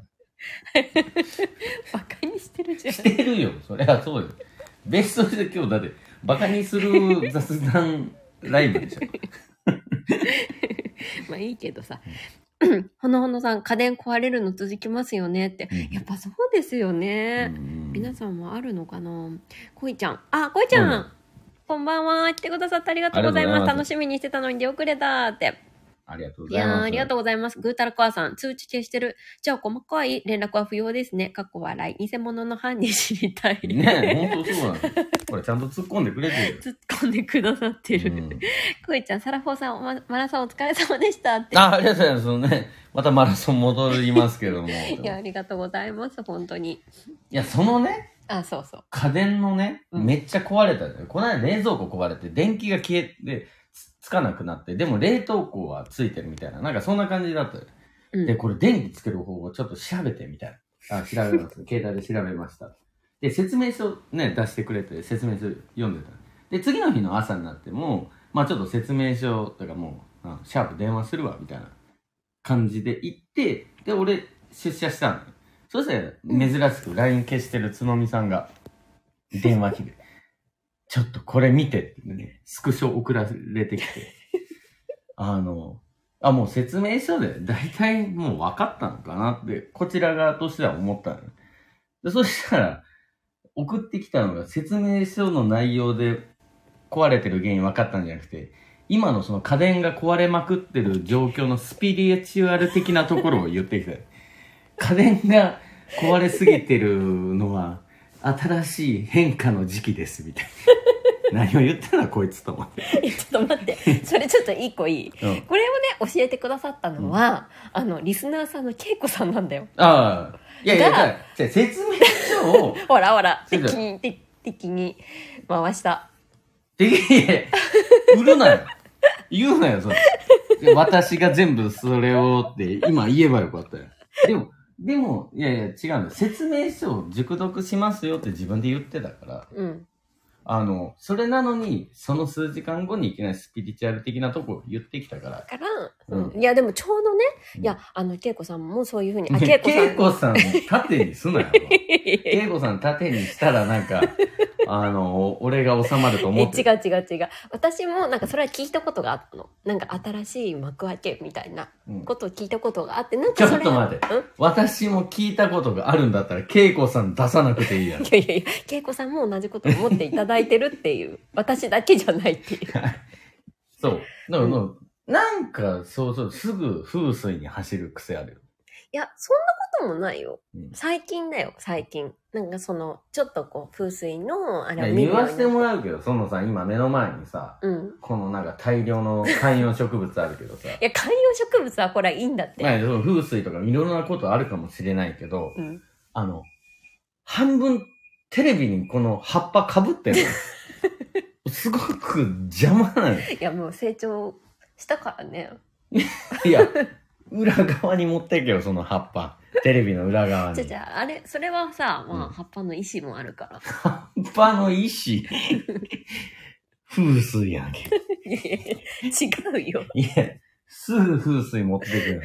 A: バカにして
B: [LAUGHS]
A: るじゃん
B: してるよ。そりゃそうよ。ベストで今日だって、バカにする雑談ライ
A: [LAUGHS]
B: ブでしょ。
A: まあいいけどさほのほのさん家電壊れるの続きますよねってやっぱそうですよね、皆
B: さ
A: さんもあるのかなこいちゃんあこいちゃん、
B: うん
A: こんばんは来てくださってありがとうござい
B: あ
A: ます
B: りがとうございます
A: 楽しみにしてたのに出遅れたって
B: ん。ありがとう
A: い
B: ござい
A: や
B: ま
A: ー
B: す。
A: ありがとうございます。ぐーたらこあさん、通知消してる。じゃあ、細かい連絡は不要ですね。かっこ笑い。偽物の犯人知りたい。
B: ね本当そうなの。これちゃんと突っ込んでくれてるよ。
A: 突っ込んでくださってる。
B: うん
A: こいちゃん、サラフォーさん、まマラソンお疲れ様でしたって。
B: あ、ありがとうございます。そのね、またマラソン戻りますけども。
A: いや、ありがとうございます、本当に。
B: いや、そのね、
A: あ、そうそう。
B: 家電のね、
A: うん
B: めっちゃ壊れたんだよ。この間冷蔵庫壊れて、電気が消えて、つつかなくなって、でも冷凍庫はついてるみたいな、なんかそんな感じだったよ。
A: うん
B: で、これ電気つける方法ちょっと調べてみたいな。あ、調
A: [LAUGHS]
B: べます。携帯で調べました。で、説明書ね、出してくれて、説明書読んでた。で、次の日の朝になっても、まあちょっと説明書とかもう、うんシャープ電話するわ、みたいな感じで行って、で、俺、出社したのよ。そしたら、珍しく LINE 消してるつのみさんが、電話機
A: [LAUGHS]
B: で、ちょっとこれ見てってね、スクショ送られてきて、あの、あ、もう説明書で大体もう分かったのかなって、こちら側としては思ったのよ。でそしたら、送ってきたのが説明書の内容で壊れてる原因分かったんじゃなくて、今のその家電が壊れまくってる状況のスピリチュアル的なところを言ってきた。 [LAUGHS] 家電が壊れすぎてるのは新しい変化の時期ですみたい [LAUGHS] 何を言ってんだこいつと思って。
A: いや [LAUGHS] ちょっと待ってそれちょっと一個いい
B: うん。
A: これをね教えてくださったのは、あのリスナーさんのけいこさんなんだよ
B: ああ。いやい
A: が
B: や、だからじゃあ説明書を、
A: ほらほら
B: そう
A: 敵
B: だ
A: に敵敵に回した
B: できない売るなよ。言うなよ、それ。で私が全部それをって今言えばよかったよ。でも、でも、いやいや、違うんだよ。説明書を熟読しますよって自分で言ってたから、
A: うん
B: あの、それなのに、その数時間後にいきなりスピリチュアル的なとこ言ってきたから。
A: から、
B: う
A: いやでもちょうどね、
B: うん
A: いやあのけいこさんもそういうふうにあけ
B: け
A: い
B: [LAUGHS]
A: こさん
B: いこさん、縦にすなよ。
A: いやいやいや
B: けいこさん縦にしたらなん [LAUGHS] か、あの、俺が収まると
A: え
B: 思って
A: 違う違う違う私もなんかそれは聞いたことがあったのなんか新しい幕開けみたいな
B: うん
A: ことを聞いたことがあってなんかそれ
B: ちょっと待って
A: うん [LAUGHS]
B: 私も聞いたことがあるんだったら、恵子さん出さなくていい [LAUGHS] やん。
A: いやいやいや恵子さんも同じことを思っていただいてるって
B: [LAUGHS]
A: いう私だけじゃないっていう
B: そう。だから
A: うん
B: もうなんか、そうそう、すぐ風水に走る癖あるよ。
A: いやそんなこともないよ
B: うん
A: 最近だよ最近なんかそのちょっとこう風水のあ
B: い
A: れ
B: や
A: を見る
B: 言
A: よう
B: わ
A: に
B: せてもらうけど、そのさ、今目の前にさ、
A: うん
B: このなんか大量の [LAUGHS] 観葉植物あるけどさ、
A: いや観葉植物はこれはいいんだって、
B: まあ、その風水とかいろんなことあるかもしれないけど、
A: うん、
B: あの、半分テレビにこの葉っぱかぶ [LAUGHS] ってるの。すごく邪魔なの。
A: いやもう成長したからね
B: いや、裏側に持ってけよ、その葉っぱ。テレビの裏側
A: じゃ
B: に
A: じ。ゃあれそれはさ、ま
B: う
A: あ、
B: ん
A: 葉っぱの意志もあるから [LAUGHS]
B: 葉っぱの石。風水やんけ。
A: いやいや違うよ。
B: いや、すぐ風水持ってくる。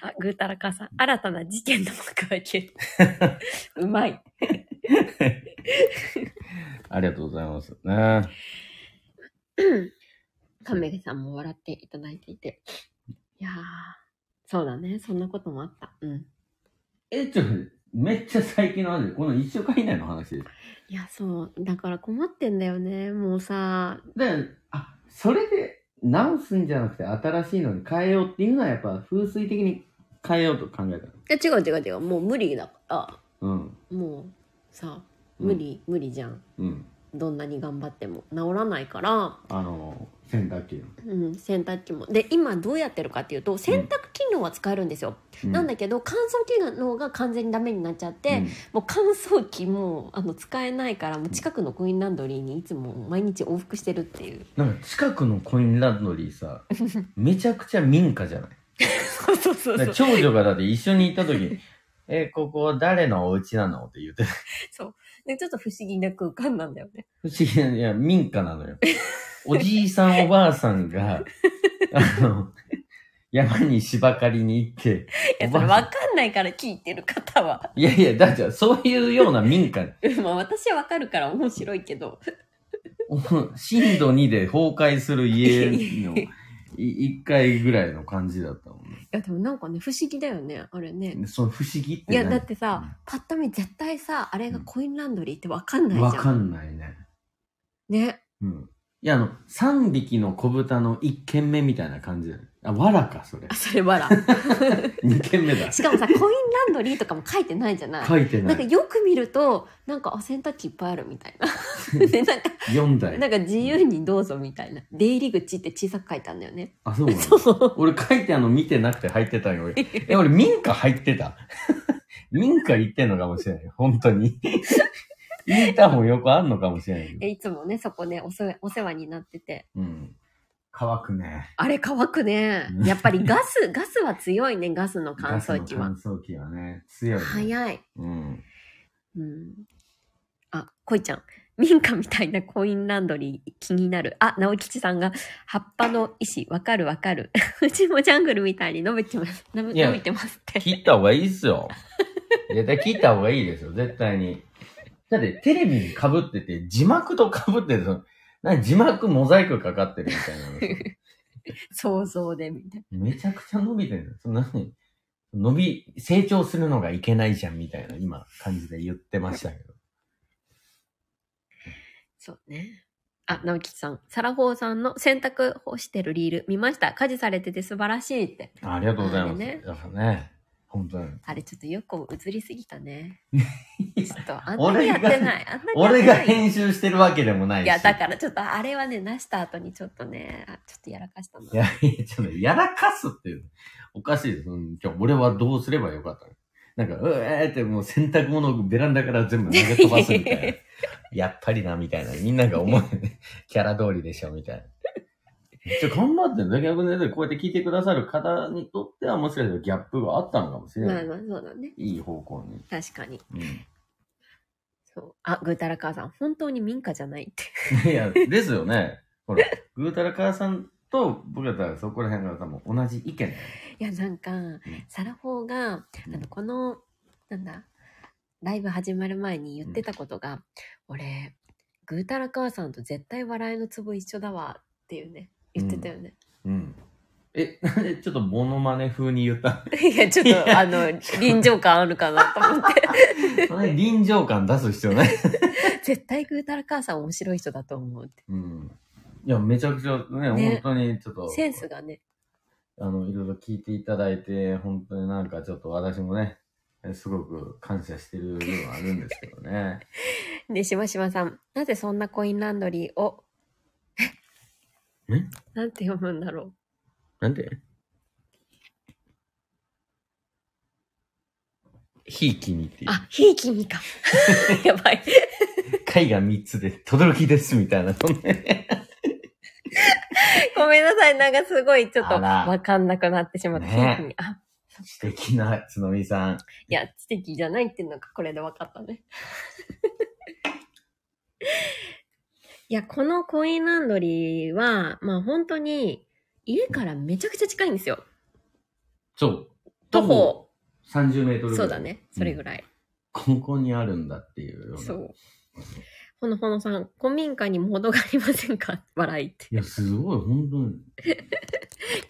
A: あ、ぐうたらかさん、新たな事件の幕開
B: [LAUGHS]
A: け。うまい。
B: ありがとうございます。ね
A: [CLEARS THROAT] カメレさんも笑っていただいていて。いやー、そうだね。そんなこともあった。うん。
B: え、ちょ、めっちゃ最近の話。この一週間以内の話です。
A: いや、そう。だから困ってんだよね。もうさ、
B: で、あ、それで直すんじゃなくて新しいのに変えようっていうのはやっぱ風水的に変えようと考えたの。
A: いや違う違う違う。もう無理だか
B: うん。
A: ら。もうさ、無理、無理じゃん。
B: うん。
A: どんなに頑張っても治らないから、
B: あの、洗濯機の。
A: うん、洗濯機もで今どうやってるかっていうと洗濯機能は使えるんですよ、
B: うん
A: なんだけど乾燥機能が完全にダメになっちゃって、
B: うん
A: もう乾燥機もあの使えないからもう近くのコインランドリーにいつも毎日往復してるっていう
B: なんか近くのコインランドリ
A: [LAUGHS]
B: ーさ、めちゃくちゃ民家じゃない
A: そうそうそうそ
B: だか
A: う
B: ら長女がだって一緒に行った時 [LAUGHS] に、え、ここ誰のお家なのって言って、
A: [LAUGHS] でちょっと不思議な空間なんだよ [LAUGHS] ね
B: [LAUGHS] 不思議な、いや、民家なのよ。
A: [LAUGHS]
B: おじいさんおばあさんが、あの、山に芝刈りに行って、
A: いや
B: お
A: そ
B: ば
A: れ分
B: あさん
A: かんないから聞いてる方は [LAUGHS]
B: いやいや、だってそういうような民家、
A: まあ私は分かるから面白いけど
B: お震度2で崩壊する家の1回ぐらいの感じだったもん
A: [LAUGHS] いやでもなんかね不思議だよねあれね
B: ね。その不思議って
A: いや
B: 何
A: だってさ、パッと見絶対さあれがコインランドリーって分かんない
B: わ
A: じゃん
B: かんないね。
A: ね
B: うん。いや、あの、3匹の子豚の1軒目みたいな感じだよね。あ、わらか、それ
A: あ。それわら [LAUGHS]
B: 2軒目だ。
A: しかもさコインランドリーとかも書いてないじゃない、
B: 書いてな
A: なんか
B: い。
A: よく見るとなんかあ洗濯機いっぱいあるみたい [LAUGHS] なでなんか
B: 4台。
A: なんか自由にどうぞみたいな出入り口って小さく書いてあるんだよ
B: [LAUGHS]
A: ね
B: あ、そうなの
A: そう
B: 俺書いてあるの見てなくて入ってたよ。俺え、俺民家入ってた。 [LAUGHS] 民家行ってんのかもしれない。本当に。 [LAUGHS] インターホン横あんのかもしれないけど。
A: えいつもねそこねお世話お世話になってて
B: うん。乾くね。
A: あれ乾くねやっぱりガスガスは強いねガスの乾燥機
B: ガ
A: は
B: スの乾燥機はね、強い、ね。
A: 早い
B: うん。
A: うんあこいちゃん民家みたいなコインランドリー気になる。あ、直吉さんが、葉っぱの石、わかるわかる。 [LAUGHS] うちもジャングルみたいに伸びてます。伸び
B: いや
A: 伸びてますって。
B: 切った方がいいっす
A: [LAUGHS]
B: よ。絶対切った方がいいですよ、絶対に。だってテレビに被ってて、字幕と被ってるの。なんか字幕モザイクかかってるみたいなの。
A: [LAUGHS] 想像でみたい
B: めちゃくちゃ伸びてる。そんなに、伸び、成長するのがいけないじゃんみたいな、今、感じで言ってましたけど。
A: そうね。あ、直吉さん。サラホーさんの洗濯干してるリール見ました。家事されてて素晴らしいって。
B: あありがとうござい
A: [LAUGHS]
B: ま
A: あ
B: す。
A: れね
B: だからね、本当に。
A: あれちょっとよく映りすぎた
B: [LAUGHS]
A: ね。
B: いや
A: ちょっとあんなにやってない。あんなにやってない
B: 俺が編集してるわけでもないし。
A: いや、だからちょっとあれはね、なした後にちょっとね、あちょっとやらかしたの
B: い。や、いや、ちょっと、やらかすっていう。おかしいです。うん、今日、俺はどうすればよかったのなんか、うえーって、もう洗濯物をベランダから全部投げ飛ばすみたいな。
A: [LAUGHS]
B: やっぱりな、みたいな。みんなが思う。キャラ通りでしょ、みたいな。ちょ、頑張ってんだ。逆にね、こうやって聞いてくださる方にとっては、もしかしたらギャップがあったのかもしれ
A: ま
B: な
A: あ
B: い。
A: まあ、そうだね。
B: いい方向に。
A: 確かに。
B: うん。
A: そう。あ、ぐーたら母さん、本当に民家じゃないって。 [LAUGHS]
B: いや、ですよね。ほら、ぐーたら母さんと僕だったらそこら辺が多分同じ意見だよね。
A: いや、なんか、サラフォーが、
B: うん
A: あの、この、なんだ、ライブ始まる前に言ってたことが、俺、ぐーたら母さんと絶対笑いのツボ一緒だわっていうね、言ってたよね。
B: うん。え、なんでちょっとモノマネ風に言った [LAUGHS]
A: [LAUGHS] いや、ちょっ
B: いや
A: と、あの、臨場感あるかなと思
B: [LAUGHS]
A: って。
B: そんなに臨場感出す必要ない。
A: 絶対ぐーたら母さん面白い人だと思うって。
B: うん。いや、めちゃくちゃね、
A: ね
B: 本当にちょっと、
A: センスがね。
B: あの、いろいろ聞いていただいて、本当になんかちょっと私もね、えすごく感謝してる部分はあるんですけどね。
A: ね、しましまさん、なぜそんなコインランドリーを、
B: え
A: なんて読むんだろ
B: [LAUGHS] なんでひいきにっていう
A: う。。あ、ひいきみ
B: [LAUGHS]
A: か。やばい。
B: 貝が3つで、とどろきですみたいな。そんな
A: ごめんなさい。なんかすごい、ちょっと、
B: あら
A: わかんなくなってしまった。
B: ね
A: ひいきみあ、
B: 素敵なつのみさん。
A: いや、知的じゃないっていうのがこれでわかったね。 [LAUGHS] いや、このコインランドリーは、まあ本当に、家からめちゃくちゃ近いんですよ。
B: そう。
A: 徒歩。
B: 30メートルぐらい。
A: そうだね。それぐらい。
B: ここにあるんだっていうような。
A: そう。ほのほのさん、古民家に戻がありませんか笑いって。
B: いや、すごい、本当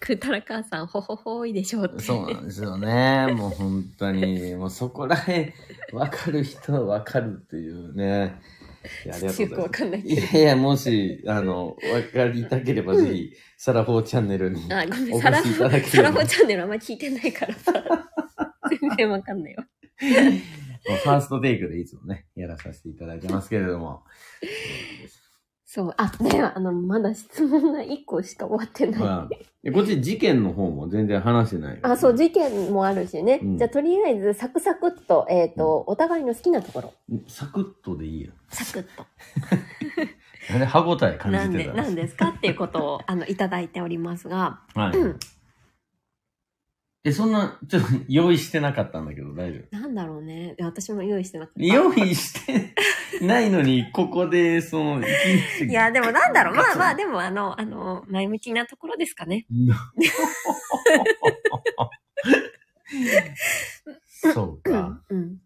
A: くたら母さん、ほほほいでしょうって。
B: に。そうなんですよね。もう本当に。 [LAUGHS] もうそこらへん、わかる人はわかるっていうね。いや、ありがとう
A: よ
B: ご
A: く
B: ざ
A: わかん
B: いま
A: ない
B: す。い
A: け
B: やいや、もし、あの、わかりたければ、ぜひ、サラフォーチャンネルに
A: ど。あ、ごめ
B: お
A: ん、サラ
B: 越
A: フ
B: しいただけ
A: サ
B: れば。
A: ラ
B: も
A: ホ
B: う
A: チャンネルあんま聞いてないから
B: [LAUGHS]
A: さ。全然わかんないわ。
B: ファーストテイクでいつもね、やらさせていただいてますけれども。
A: そう、あ、ねあの、まだ質問が1個しか終わってない。
B: まあ、でこっち事件の方も全然話してない。
A: あ、そう、事件もあるしね。
B: うん
A: じゃあ、とりあえず、サクサクっと、えっ、と、お互いの好きなところ。
B: サクッとでいいよ。
A: サクッと。
B: あれ、歯応え感
A: なん
B: じて
A: で、
B: た。
A: なんですかっていうこと
B: [LAUGHS]
A: を、あの、いただいておりますが。
B: はい。
A: うん
B: え、そんな、ちょっと用意してなかったんだけど、大丈夫。
A: なんだろうね。いや私も用意してなかった。
B: 用意してないのに、ここで、そ
A: い
B: の、い
A: や、でもなんだろう。まあまあ、でも、あの、あの、前向きなところですかね。
B: そうか。
A: うん。うん。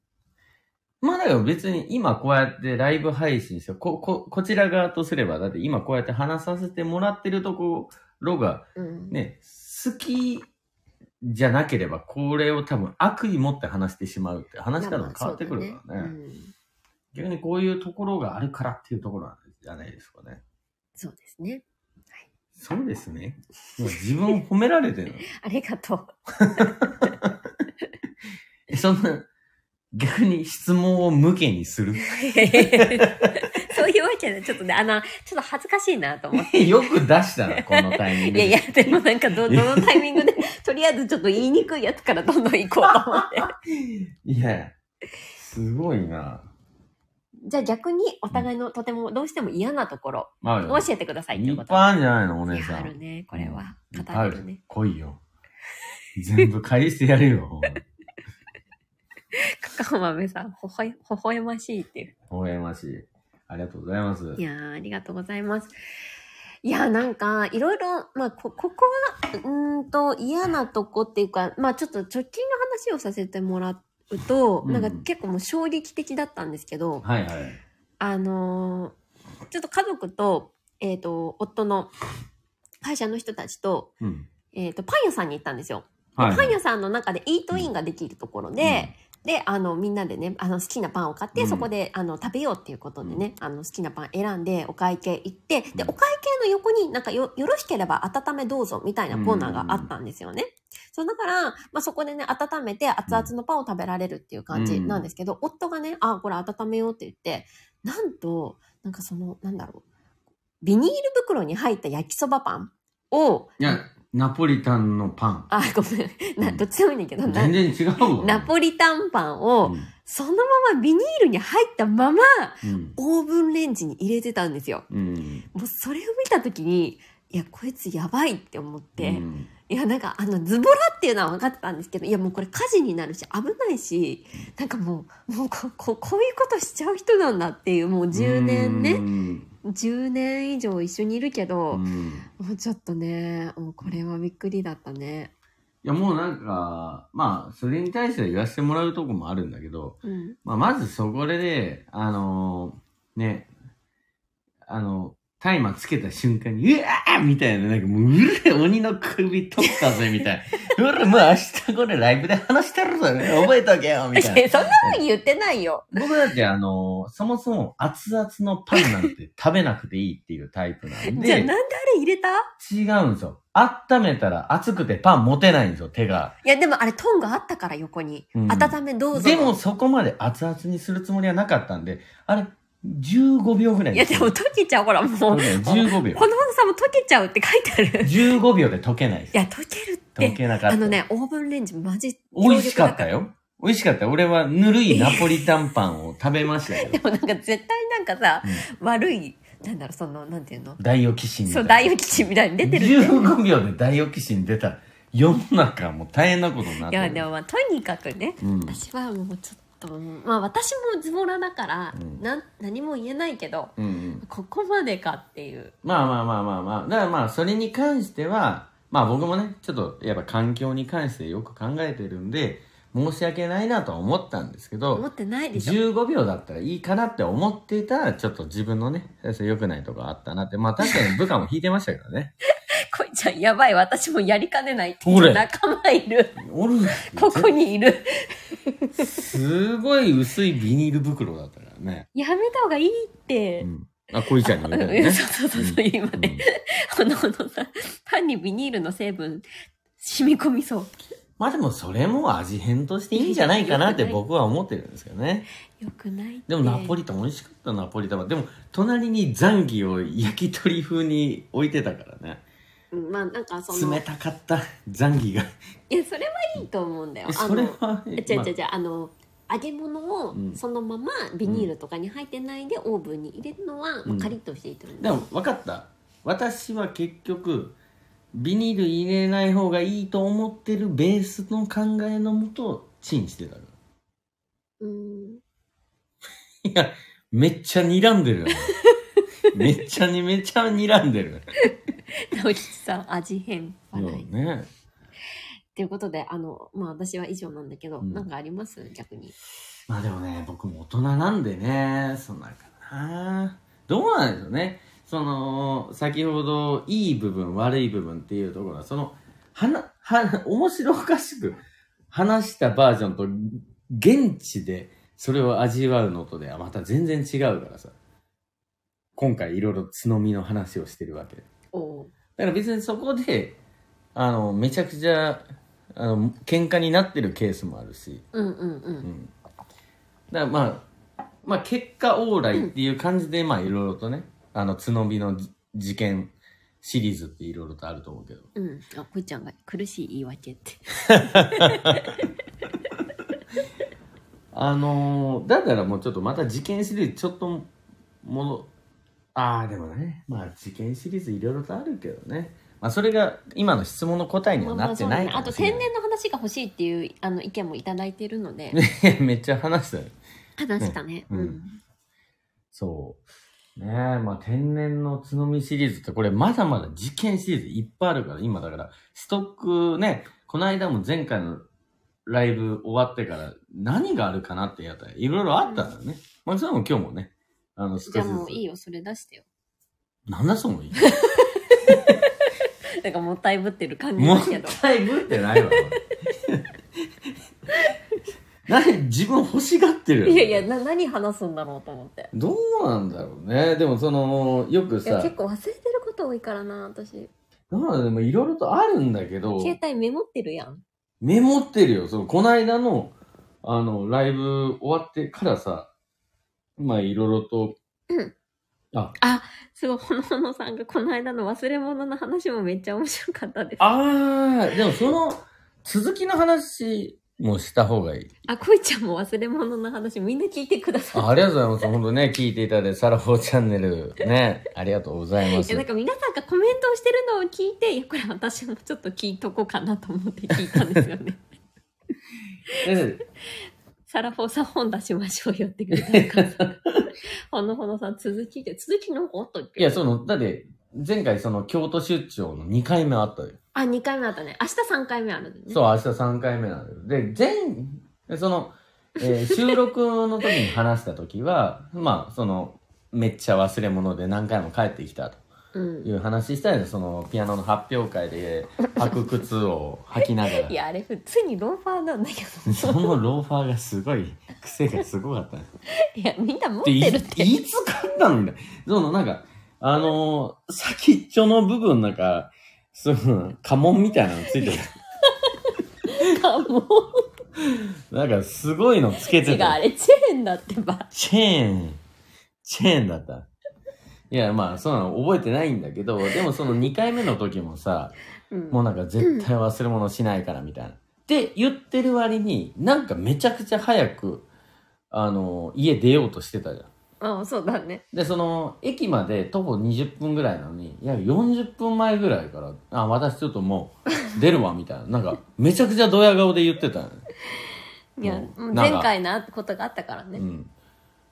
B: まあだから別に今こうやってライブ配信して、こ、こ、こちら側とすれば、だって今こうやって話させてもらってるところが、
A: うん。
B: ね、好きじゃなければ、これを多分悪意持って話してしまうって、話し方が変わってくるか
A: ま
B: らね。
A: あまあそうだうん
B: 逆にこういうところがあるからっていうところなんじゃないですかね。
A: そうですね。
B: そうですね。もう自分を褒められてるの。
A: ありがとう。 [LAUGHS]
B: えそんな、逆に質問を無けにする。 [LAUGHS]
A: そういうわけで、ちょっとね、あの、ちょっと恥ずかしいなと思って。
B: よく出したな、このタイミン
A: い
B: グで。
A: やいや、でもなんかど、どのタイミングで、とりあえずちょっと言いにくいやつからどんどん行こうと思って。
B: いやいやすごいな。
A: [LAUGHS] じゃあ逆に、お互いのとても、どうしても嫌なところ、
B: まあ、
A: 教えてくださいって
B: い
A: いう
B: っ
A: こと。
B: ぱいあるんじゃないの、お
A: い
B: 姉
A: や
B: さ
A: あ
B: ん。
A: るね、これは。
B: いっぱいあ
A: 語れるね。
B: 来いよ。全部返してやるよ。
A: カカオ豆さん、ほほえ、微笑ましいっていう。
B: 微笑ましい。ありがとうございます。
A: いやー、ありがとうございます。いやー、なんか、いろいろ、まあ、こ、ここは、うーんと、嫌なとこっていうか、まあ、ちょっと直近の話をさせてもらうと、
B: うん
A: なんか結構もう衝撃的だったんですけど、
B: はいはい。
A: あのーちょっと家族と、えっ、と、夫の会社の人たちと、
B: うん。
A: えっ、と、パン屋さんに行ったんですよ。
B: はい。
A: パン屋さんの中でイートインができるところで、で、あの、みんなでね、あの、好きなパンを買って、
B: うん
A: そこで、あの、食べようっていうことでね、あの、好きなパン選んで、お会計行って、で、
B: うん
A: お会計の横になんかよ、よろしければ温めどうぞ、みたいなコーナーがあったんですよね。そう、だから、まあ、そこでね、温めて熱々のパンを食べられるっていう感じなんですけど、夫がね、あ、これ温めようって言って、なんと、なんかその、なんだろう、ビニール袋に入った焼きそばパンを、
B: いや、ナポリタンのパ
A: あ、ごめん、な、どっちでもいいねんだけど、
B: ン。
A: な
B: 全然違うわ。
A: ナポリタンパンを、そのままビニールに入ったまま、
B: うん。
A: オーブンレンジに入れてたんですよ。
B: うん。うん。
A: もうそれを見た時に、いや、こいつやばいって思って、
B: うん
A: いや、なんか、あの、ズボラっていうのは分かってたんですけど、いや、もうこれ火事になるし、危ないし、なんかもう、もうこ、ここういうことしちゃう人なんだっていう、もう10年
B: う
A: ね、
B: ん
A: 10年以上一緒にいるけ
B: う
A: ど、
B: ん。
A: もうちょっとね、もうこれはびっくりだったね。
B: いや、もうなんか、まあ、それに対して言わせてもらうとこもあるんだけど、
A: うん。
B: まあ、まずそこで、あのーね、あの、タイマーつけた瞬間に、うわーみたいな、なんかもう、うれ、鬼の首取ったぜ、みたいな。 [LAUGHS] うれ、もう明日これライブで話してるぞ、ね、覚えとけよ、み
A: い
B: た
A: や
B: いな。
A: そんなふうに言ってないよ。 [LAUGHS]
B: 僕だって、あのーそもそも熱々のパンなんて食べなくていいっていうタイプなん
A: じゃあ
B: で
A: なん、であれ入れたい
B: 違うんですよ。温めたら熱くてパン持てないんですよ、手が。
A: や、でもあれトンがあったから横に。
B: うん
A: 温めどうぞ。
B: でも、そこまで熱々にするつもりはなかったんで、あれ、15秒ぐらい
A: いや、でも溶けちゃう。ほら、も、
B: そうう
A: こ
B: だよ
A: の
B: 15
A: [LAUGHS]
B: 秒。
A: 本さんも溶けちゃうって書いてある。
B: 15秒で溶けないで
A: い
B: す。
A: や、溶けるって。
B: 溶けなかった。
A: あのね、オーブンレンジマジ
B: 美味しかった
A: よ。
B: よ。美味しかった。俺はぬるいナポリタンパンを食べましたけ
A: で [LAUGHS]
B: ど。
A: もなんか絶対なんかさ、
B: う
A: 悪い、なんだろう、その、なんていうの
B: ダイオキシンみ
A: そ、
B: たいうな。
A: 大吉みたいに出てるって。
B: 15秒でダイオキシン出たら世の中はもう大変なことになっ
A: い
B: てる。
A: や、でもまあ、とにかくね、
B: うん。
A: 私はもうちょっと、まあ私もズボラだから、
B: うん
A: なん、何も言えないけど、
B: うんうん。
A: ここまでかっていう。
B: まあまあまあまあまあ。だからまあ、それに関しては、まあ僕もね、ちょっとやっぱ環境に関してよく考えてるんで、申し訳ないなとは思ったんですけど、
A: 思ってないでしょ。
B: 15秒だったらいいかなって思っていたら、ちょっと自分のね、先生良くないとこあったなって。まあ確かに部下も引いてましたけどね。
A: こいちゃん、やばい、私もやりかねないって
B: ほ
A: いう
B: れ
A: 仲間いる。
B: [LAUGHS] おる
A: ここにいる。
B: すごい薄いビニール袋だったからね。
A: やめた方がいいって
B: う。ん。あ、こいちゃんに言うたら
A: う
B: ね
A: ん。そうそうそう、今
B: うん
A: ね、あの、あのさ、パンにビニールの成分、染み込みそう。
B: まあでもそれも味変としていいんじゃないかな [LAUGHS] って僕は思ってるんですけどね。
A: よくないって。
B: でもナポリタン美味しかったナポリタンは。でも隣にザンギを焼き鳥風に置いてたからね。
A: うんまあ、なんかその、
B: 冷
A: い
B: たかったザンギが。
A: や、それはいいと思うんだよ。
B: え
A: あ
B: それ
A: の、
B: は、
A: え違う
B: まあ
A: 違う違う、あの、揚げ物を
B: うん
A: そのままビニールとかに入ってないでオーブンに入れるのは、まあ
B: うん
A: カリッとしていいと思う。
B: でも分かった私は結局ビニール入れない方がいいと思ってるベースの考えのもとチンしてたか
A: うん。
B: らいやめっちゃ睨んで
A: [LAUGHS]
B: るよめっちゃにめちゃ睨んでる
A: 直吉さん、味変は
B: もう
A: ない。
B: ね
A: ということで、あの、まあ私は以上なんだけど、
B: うん
A: なんかあります逆に。
B: まあでもね僕も大人なんでねそんなんかなどうなんでしょうねその先ほどいい部分悪い部分っていうところはそのはなは面白おかしく話したバージョンと現地でそれを味わうのとではまた全然違うからさ今回いろいろつのみの話をしてるわけで
A: おう
B: だから別にそこであのめちゃくちゃあの喧嘩になってるケースもあるし
A: うんうんうん。
B: うんだからまあ、まあ結果オーライっていう感じで、まあいろいろとね、あの、角火のじ事件シリーズっていろいろとあると思うけど。
A: うん。あ、こいちゃんが苦しい言い訳って。
B: あのーだからもうちょっとまた事件シリーズちょっともの、ああ、でもね、まあ事件シリーズいろいろとあるけどね。まあそれが今の質問の答えにはなってない
A: まあまあ
B: か
A: そうだ
B: も
A: ね、あ
B: しれ
A: と天
B: ない。
A: 然の話が欲しいっていうあの意見もいただいているので
B: [LAUGHS] めっちゃ話したよ。
A: 話したね、
B: う
A: うんん
B: そう。ねえ、まあ、天然の津波シリーズって、これまだまだ事件シリーズいっぱいあるから、今だから、ストックね、この間も前回のライブ終わってから、何があるかなってやったら、いろいろあったんだよね。まあ、それも今日もね、あの、少し
A: じゃ
B: ず
A: あもういい
B: つ。
A: よそれ出してよ
B: なんだそのいい
A: なんかもったいぶってる感じ
B: も
A: だ
B: っ
A: けど
B: たいぶってないわ。俺何自分欲しがってるよ
A: い
B: ね
A: やいやな何話すんだろうと思って
B: どうなんだろうね。でもその、よく
A: いや
B: さ、
A: 結構忘れてること多いからな私
B: まあでもいろいろとあるんだけど、
A: 携帯メモってるやん。
B: メモってるよ。その、こないだの、あの、ライブ終わってからさ、まあいろいろと、
A: うん
B: あ、
A: すごい、ほのほのさんがこの間の忘れ物の話もめっちゃ面白かったです。あ、
B: あー、でもその、続きの話もした方がいい。
A: こいちゃんも忘れ物の話みんな聞いてください。
B: あありがとうございます。本当ね、聞いていただいて、サラフォーチャンネル、ね、ありがとうございま
A: い
B: す
A: やなん。か皆さんがコメントをしてるのを聞いていやこれ私もちょっと聞いとこうかなと思って聞いたんですよ
B: [LAUGHS]
A: ね
B: で
A: サラフォーさん本出しましょうよってくれたのかなほのほのさん続きで続きの方あったっけ
B: いや、その、だって、前回その、京都出張の2回目あったよ。
A: あ2回目あったね明日3回目あるのね
B: そう、明日3回目なんだよ。で、前、でその、えー収録の時に話した時は、 [LAUGHS] まあ、その、めっちゃ忘れ物で何回も帰ってきたと
A: う、ん、
B: いう話したよね。その、ピアノの発表会
A: [LAUGHS]
B: で履く靴を履きながら
A: い。やあれ普通にローファーなんだけ
B: [LAUGHS] そのローファーがすごい、癖がすご
A: [LAUGHS]
B: かったね。
A: どいやみんな持っ
B: でい
A: てるって
B: いつ買ったのみたいな。そのなんか、あのー先っちょの部分なんか、その、家紋みたいなのつ
A: [LAUGHS]
B: いてる。
A: かも
B: なんかすごいのつけ
A: 違
B: て
A: うあ
B: た。
A: れチェーンだってば
B: チェーン。チェーンだった。いや、まあ、そんなの覚えてないんだけど、でもその2回目の時もさ、
A: うん
B: もうなんか絶対忘れ物しないからみたいな。って言ってる割に、なんかめちゃくちゃ早く、あのー家出ようとしてたじゃん。
A: あそうだね
B: でその駅まで徒歩20分ぐらいなのにいや40分前ぐらいから「あ私ちょっともう出るわ」みたいななんかめちゃくちゃドヤ顔で言ってたのね、
A: いや
B: もう
A: うん
B: な
A: 前
B: んか
A: 回のことがあったから
B: う
A: ね、
B: ん、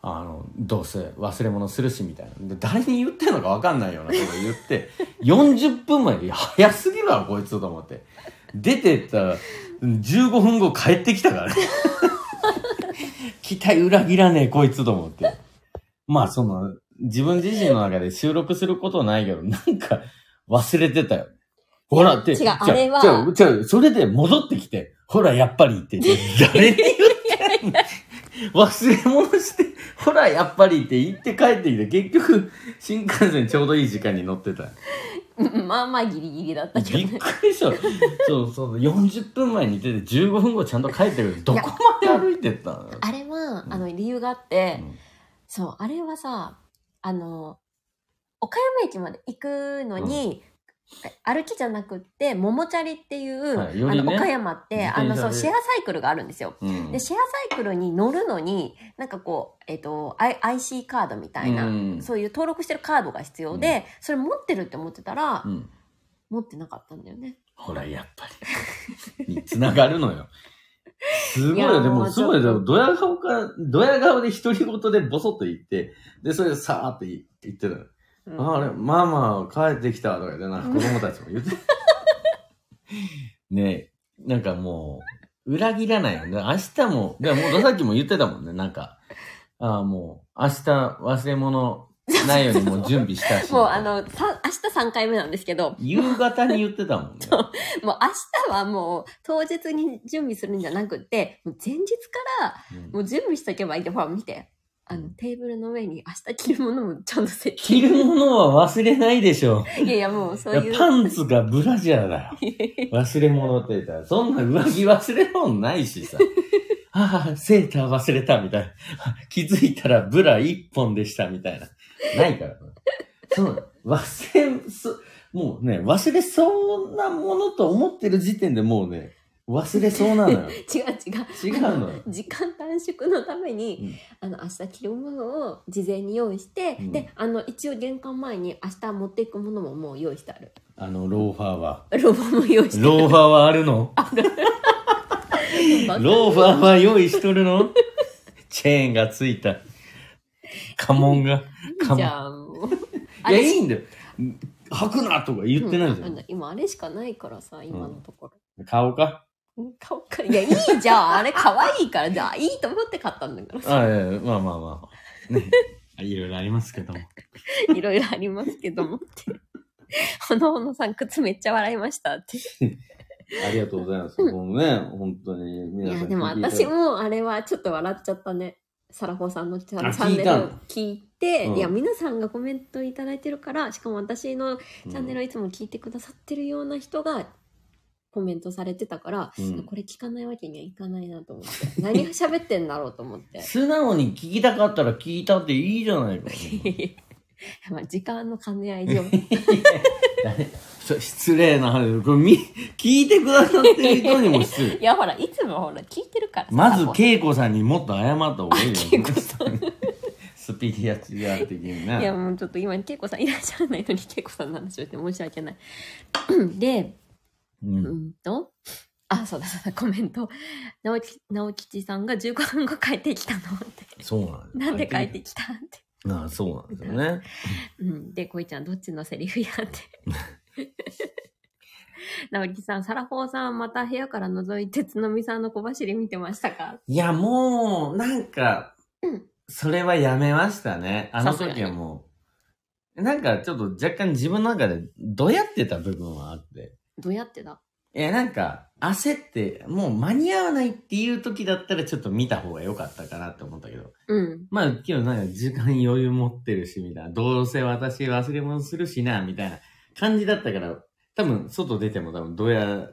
B: あのどうせ忘れ物するしみたいなで誰に言ってんのか分かんないようなこと言って [LAUGHS] 40分前でいや早すぎるわこいつと思って出てったら15分後帰ってきたからね [LAUGHS] 期待裏切らねえこいつと思ってまあその自分自身の中で収録することはないけどなんか忘れてたよほらって
A: 違うあれは
B: 違う違うそれで戻ってきてほらやっぱりって
A: [LAUGHS]
B: 誰に言ってんの忘れ物して、ほら、やっぱりって言って帰ってきて、結局、新幹線ちょうどいい時間に乗ってた。
A: うん [LAUGHS] まあまあギリギリだったけど
B: びっ
A: ね
B: くりした。そうそう、40分前に出て15分後ちゃんと帰ってくる。どこまで歩いてったの
A: あれは、
B: うん
A: あの理由があって、
B: うん
A: そうあれはさあの岡山駅まで行くのに、歩きじゃなくってももチャリっていう、
B: はいよ
A: あ
B: り
A: の
B: ね
A: 岡山って
B: 自
A: あ
B: 転車
A: の
B: で
A: そうシェアサイクルがあるんですよ。
B: うん
A: でシェアサイクルに乗るのになんかこう、えっと I- IC カードみたいな、
B: うん
A: そういう登録してるカードが必要で、それ持ってるって思ってたら、
B: うん
A: 持ってなかったんだよね。
B: ほら、やっぱり。に繋がるのよ。すごい
A: いや
B: よ。で
A: も
B: も、
A: う
B: す
A: ちょっ
B: ご
A: と
B: いよ。ドヤ顔か、ドヤ顔で独り言でボソッと言って、で、それでさーって言言ってたの。
A: うん
B: あれ、ママ帰ってきたとか言って、なんか子供たちも言って。ねえ、なんかもう、裏切らないよね。明日も、でもうさっきも言ってたもんね、なんか。ああ、もう、明日忘れ物ないようにもう準備したし。
A: [LAUGHS] もうあ、のさ明日3回目なんですけど、
B: 夕方に言ってたも
A: [LAUGHS]
B: んね。
A: もう明日はもう当日に準備するんじゃなくて、もう前日から
B: うん
A: もう準備しとけばいいって、ほら見て。あの、テーブルの上に明日着るものもちゃんとセッテ
B: 着るものは忘れないでしょ。
A: ィング。いやいや、もうそう
B: い
A: い
B: や
A: う。
B: パンツがブラジャー
A: [LAUGHS]
B: だよ。忘れ物って言ったら、そんな上着忘れ物ないし
A: [LAUGHS]
B: さ。ああ、セーター忘れたみたいな。 [LAUGHS] 気づいたらブラ一本でしたみたいな。ないから。その、忘れ、す、もうね、忘れそうなものと思ってる時点でもうね、忘れそうなのよ。
A: 違う違う。
B: 違うのよ。
A: 時間短縮のために、あの、明日着るものを事前に用意して、
B: うん
A: で、あの、一応玄関前に明日持っていくものももう用意してある。
B: あの、ローファー
A: [LAUGHS]
B: は。
A: ロボも用意してある。
B: ローファーはあるの
A: バカ
B: ローファーは用意しとるの [LAUGHS] チェーンがついた。家紋が。かも
A: じゃあ、もう。
B: いや、い
A: し
B: いんだよ。吐くなとか言ってないじゃ
A: うん
B: ん。
A: あの今、あれしかないからさ、今のところ。
B: 顔か
A: 顔かいやいいじゃんあれ可愛いからじゃあいいと思って買ったんだから
B: ああ、いやいやまあまあまあ。 [LAUGHS] ね。いろいろありますけども。
A: いろいろありますけどもってほのほのさん靴めっちゃ笑いましたって
B: ありがとうございます。もうね、本当に
A: い
B: 皆さん
A: や
B: 聞いて
A: で
B: い
A: も
B: ただいて。
A: 私もあれはちょっと笑っちゃったねサラホさんのチャンネル
B: 聞いたの
A: 聞いて、
B: うん
A: いや、皆さんがコメントいただいてるから、しかも私のチャンネルをいつも聞いてくださってるような人がコメントされてたから、
B: うん
A: これ聞かないわけにはいかないなと思って。何喋ってんだろうと思って。
B: 素直に聞きたかったら聞いたっていいじゃないか。 [LAUGHS]
A: [LAUGHS] まあ、時間の兼ね合い上。
B: 誰そ失礼な話。これみ、聞いてくださってる人にも失礼。
A: いや、ほら、いつもほら、聞いてるからさ
B: まず
A: も、う
B: 恵子さんにもっと謝った方がいいよ。
A: 恵子さ
B: ん。スピリアチュアル的に
A: いや、
B: な。
A: もうちょっと今、けいこさんいらっしゃらないのに、けいこさんの話をして申し訳ない。 [CLEARS THROAT] で、
B: う。
A: うんんと、あ、そうだそうだ、コメント。直き直吉さんが15分後帰ってきたの
B: [LAUGHS]
A: って。
B: そうなん
A: なんで帰ってきたって。
B: ああそうなんですよね。
A: うん、で、こいちゃん、どっちのセリフやって。 [LAUGHS] 直吉さん、サラホーさん、また部屋から覗いて、つのみさんの小走り見てましたか
B: いや、もう、なんか
A: うん、
B: それはやめましたね。あの
A: さすが
B: 時
A: に
B: はもう。なんか、ちょっと若干自分の中で、どやってた部分はあって。
A: どうやってだ
B: いや、なんか、焦って、もう間に合わないっていう時だったら、ちょっと見た方が良かったかなって思ったけど。
A: うん。
B: まあ、今日なんか時間余裕持ってるし、みたいな。どうせ私忘れ物するしな、みたいな感じだったから、多分、外出ても多分、どや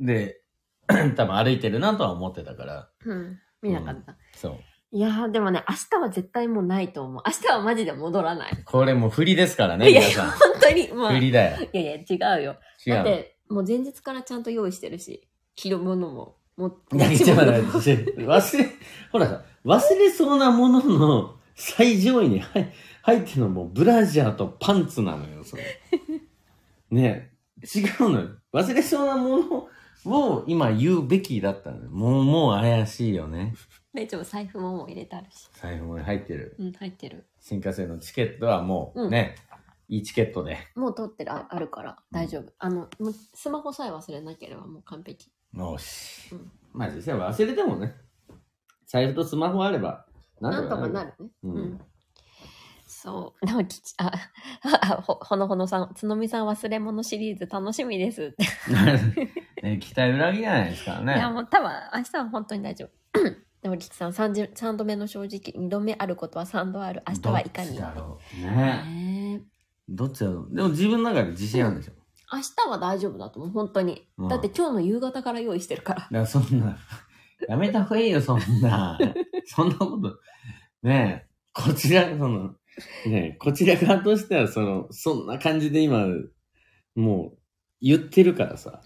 B: で、 [CLEARS THROAT] 多分歩いてるなとは思ってたから。
A: うん。見なかった。
B: そう。
A: いやー、でもね、明日は絶対もうないと思う。明日はマジで戻らない。 [LAUGHS]
B: これもう振りですからね、
A: いや
B: 皆
A: い
B: さ
A: や、
B: ん。
A: 本当に、もう。
B: 振
A: い
B: りだよ。
A: やいや、違うよ。
B: 違
A: だっ
B: う。
A: て、もう前日からちゃんと用意してるし、着るものも、も
B: [LAUGHS]
A: う、
B: いや
A: 持
B: ち
A: ち
B: ょっと
A: 物
B: 待
A: も
B: ってちょっと忘れ、ほらさ、忘れそうなものの最上位に入入ってるのもうブラジャーとパンツなのよ、それ。ねえ違うのよ。忘れそうなものを今言うべきだったのよ。もう、もう怪しいよね。
A: 大丈夫、財布ももう入れてあるし。
B: 財布も入ってる。
A: うん、入ってる。
B: 新幹線のチケットはも
A: う
B: うんね、いいチケットで。
A: もう取ってる、ああるから、大丈夫。あの、もうスマホさえ忘れなければもう完璧。
B: よし
A: うん。
B: まあ実際忘れてもね、財布とスマホあれば、
A: なんとか
B: る
A: なるね。
B: うん
A: そう。なおきち、あ、 [LAUGHS] あ、ほ、ほのほのさん、つのみさん忘れ物シリーズ楽しみですって。
B: [LAUGHS] ね、期待裏切らないですからね。
A: いや、もう多分、明日は本当に大丈夫。 [CLEARS THROAT] でも、きちさん、三十三度目の正直、二度目あることは三度ある。明日はいか
B: どっ
A: に。
B: ちだろうね。
A: ねえ
B: どっちだろう。でも自分の中で自信あるんでしょ。
A: 明日は大丈夫だと思う、本当に。
B: うん
A: だって今日の夕方から用意してるから。
B: だからそんな、やめた方がいいよ、そんな。 [LAUGHS] そんなこと。ねえ、こちら、その、ねえ、こちら側としては、その、そんな感じで今、もう、言ってるからさ。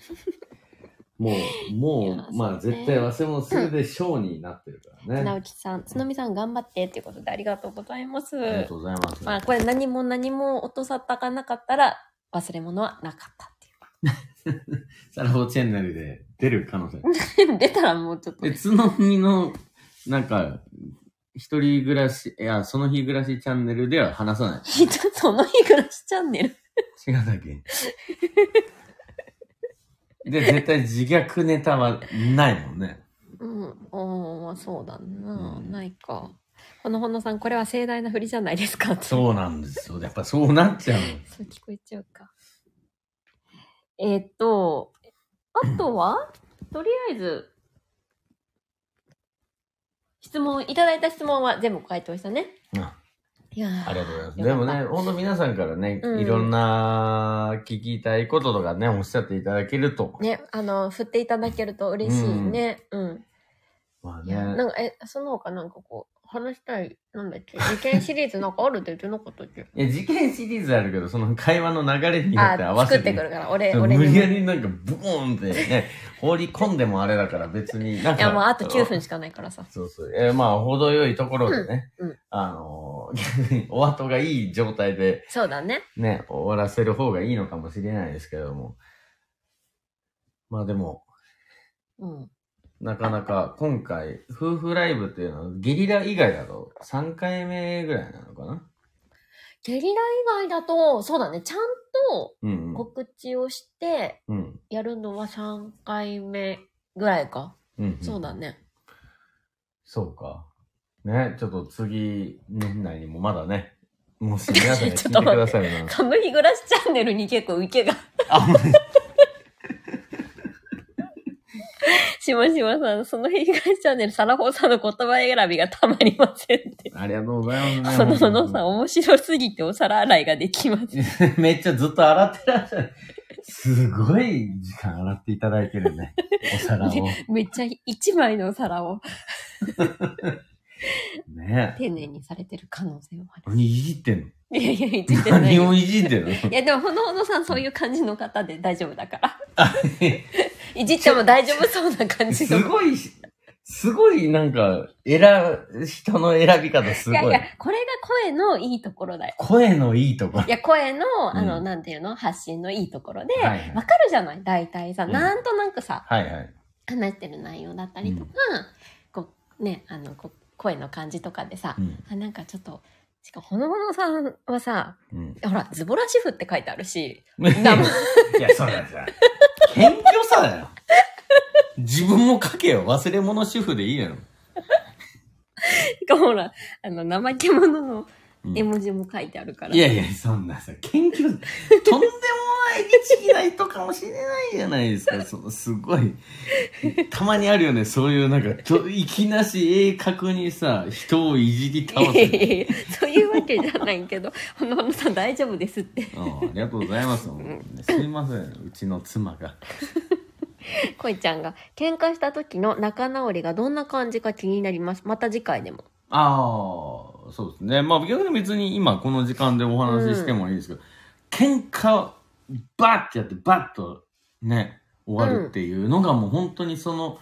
B: もう、
A: いや
B: も
A: そう
B: う、
A: ね
B: まあ、絶対忘れ物するでしょうになってるから
A: 直
B: ね。
A: 樹さん、つのみさん頑張ってっていうことでありがとうございます。
B: ありがとうございます。
A: まあ、これ何も何も音沙汰がなかったら、忘れ物はなかったっ
B: サラボチャンネルで出る可能性。
A: て
B: [LAUGHS]
A: いう。出たらもうちょっと
B: え、。つのみの、なんか、一人暮らし、いや、その日暮らしチャンネルでは話さない。
A: ひどいその日暮らしチャンネル。
B: 違うだけ。で、絶対自虐ネタはないもんね。
A: うん。おー、まあそうだな、
B: うん
A: ないか。ほのほのさん、これは盛大な振りじゃないですかって。
B: そうなんですよ。やっぱそうなっちゃう。
A: そう聞こえちゃうか。えーっと、あとは、とりあえず、質問、いただいた質問は全部回答したね。
B: あ
A: いやー
B: ありがとうございます。
A: よ
B: で
A: か
B: も
A: った
B: ね、ほんと皆さんからね、
A: うん
B: いろんな聞きたいこととかね、おっしゃっていただけると。
A: ね、あの、振っていただけると嬉しいね。うん。
B: まあ
A: いや
B: ね
A: な。んか、え、その他なんかこう、話したい、なんだっけ、受験シリーズなんかあるって言ってなかったっけ
B: いや、事件シリーズあるけど、その会話の流れによって合
A: あ、
B: わ
A: 作
B: せ
A: って
B: て
A: くるから、俺、俺
B: 無
A: に
B: 理
A: も。
B: や
A: い
B: りなんかブーンってね、
A: [LAUGHS]
B: 放り込んでもあれだから別に。なんか
A: や、もうあと9分しかないからさ。
B: そうそう。えーまあ、程よいところでね、
A: うんうん
B: あのー [LAUGHS] 逆にお後がいい状態で
A: そうだね。
B: ね、終わらせる方がいいのかもしれないですけども。まあでも、
A: うん。
B: なかなか今回、夫婦ライブっていうのはゲリラ以外だと3回目ぐらいなのかな
A: ゲリラ以外だと、そうだね、ちゃんと
B: うんうん。
A: 告知をして
B: うん。
A: やるのは3回目ぐらいか。
B: うん、うん。
A: そうだね。
B: そうか。ね、ちょっと次、年内にもまだね、もし皆さん
A: [LAUGHS]
B: が
A: ち
B: 聞
A: ょっと待
B: いてく
A: って
B: ださるなら。
A: カムヒグラスチャンネルに結構受けが
B: あ、もう
A: ししましまさん、その東チャンネル、サラホーさんの言葉選びがたまりませんって。
B: ありがとうございます。
A: そのそのさん、面白すぎてお皿洗いができます。
B: [LAUGHS] めっちゃずっと洗ってらっしゃる。すごい時間洗っていただいて
A: [LAUGHS]
B: るね。お皿を。ね
A: めっちゃ一枚のお皿を
B: え。
A: 丁寧にされてる可能性もあ
B: 何いじってん
A: る。いやいや、いじってな
B: の
A: い
B: 何
A: よ。
B: をいじって
A: [LAUGHS]
B: んの
A: いや、でも、ほのほのさん、そういう感じの方で大丈夫だ
B: [LAUGHS]
A: から。いじっても大丈夫そうな感じの。
B: すごいし、すごいなんか、選、人の選び方す
A: いやい
B: ごい
A: や。、これが声のいいところだよ。
B: 声のいいところ。
A: いや、声の、あの、
B: うん
A: なんていうの、発信のいいところで、
B: はいはい
A: わかるじゃない大体さ、
B: うん
A: なんとなくさ、
B: はいはい。
A: 話してる内容だったりとか、こう、ね、あの、こう声の感じとかでさ
B: う、ん。
A: あなんかちょっと、しかも、ほのほのさんはさ、
B: うん。
A: ほら、ズボラ主婦って書いてあるし、
B: いや、そうなんですよ。謙虚さだよ。自分も書けよ。忘れ物主婦でいいやろ。
A: しかもほら、あの、怠け者の
B: うん
A: 絵文字も書いてあるから。
B: いやいや、そんなさ、謙虚、とんでもない律儀な人かもしれないじゃないです [LAUGHS] か。そのすごい。たまにあるよね、そういうなんか、といきなし鋭角にさ、人をいじり倒す。
A: いや
B: [LAUGHS]
A: いやいやそういうわけじゃないけど、 [LAUGHS] ほのほのさん大丈夫です [LAUGHS] って、
B: うんありがとうございます。ねすいません、うちの妻が。
A: こいちゃんが、喧嘩した時の仲直りがどんな感じか気になります。また次回で [LAUGHS] も。
B: ああ、そうですね。まあ逆に別に今この時間でお話ししてもいいですけど、喧嘩バッてやってバッとね、終わるっていうのがもう本当にその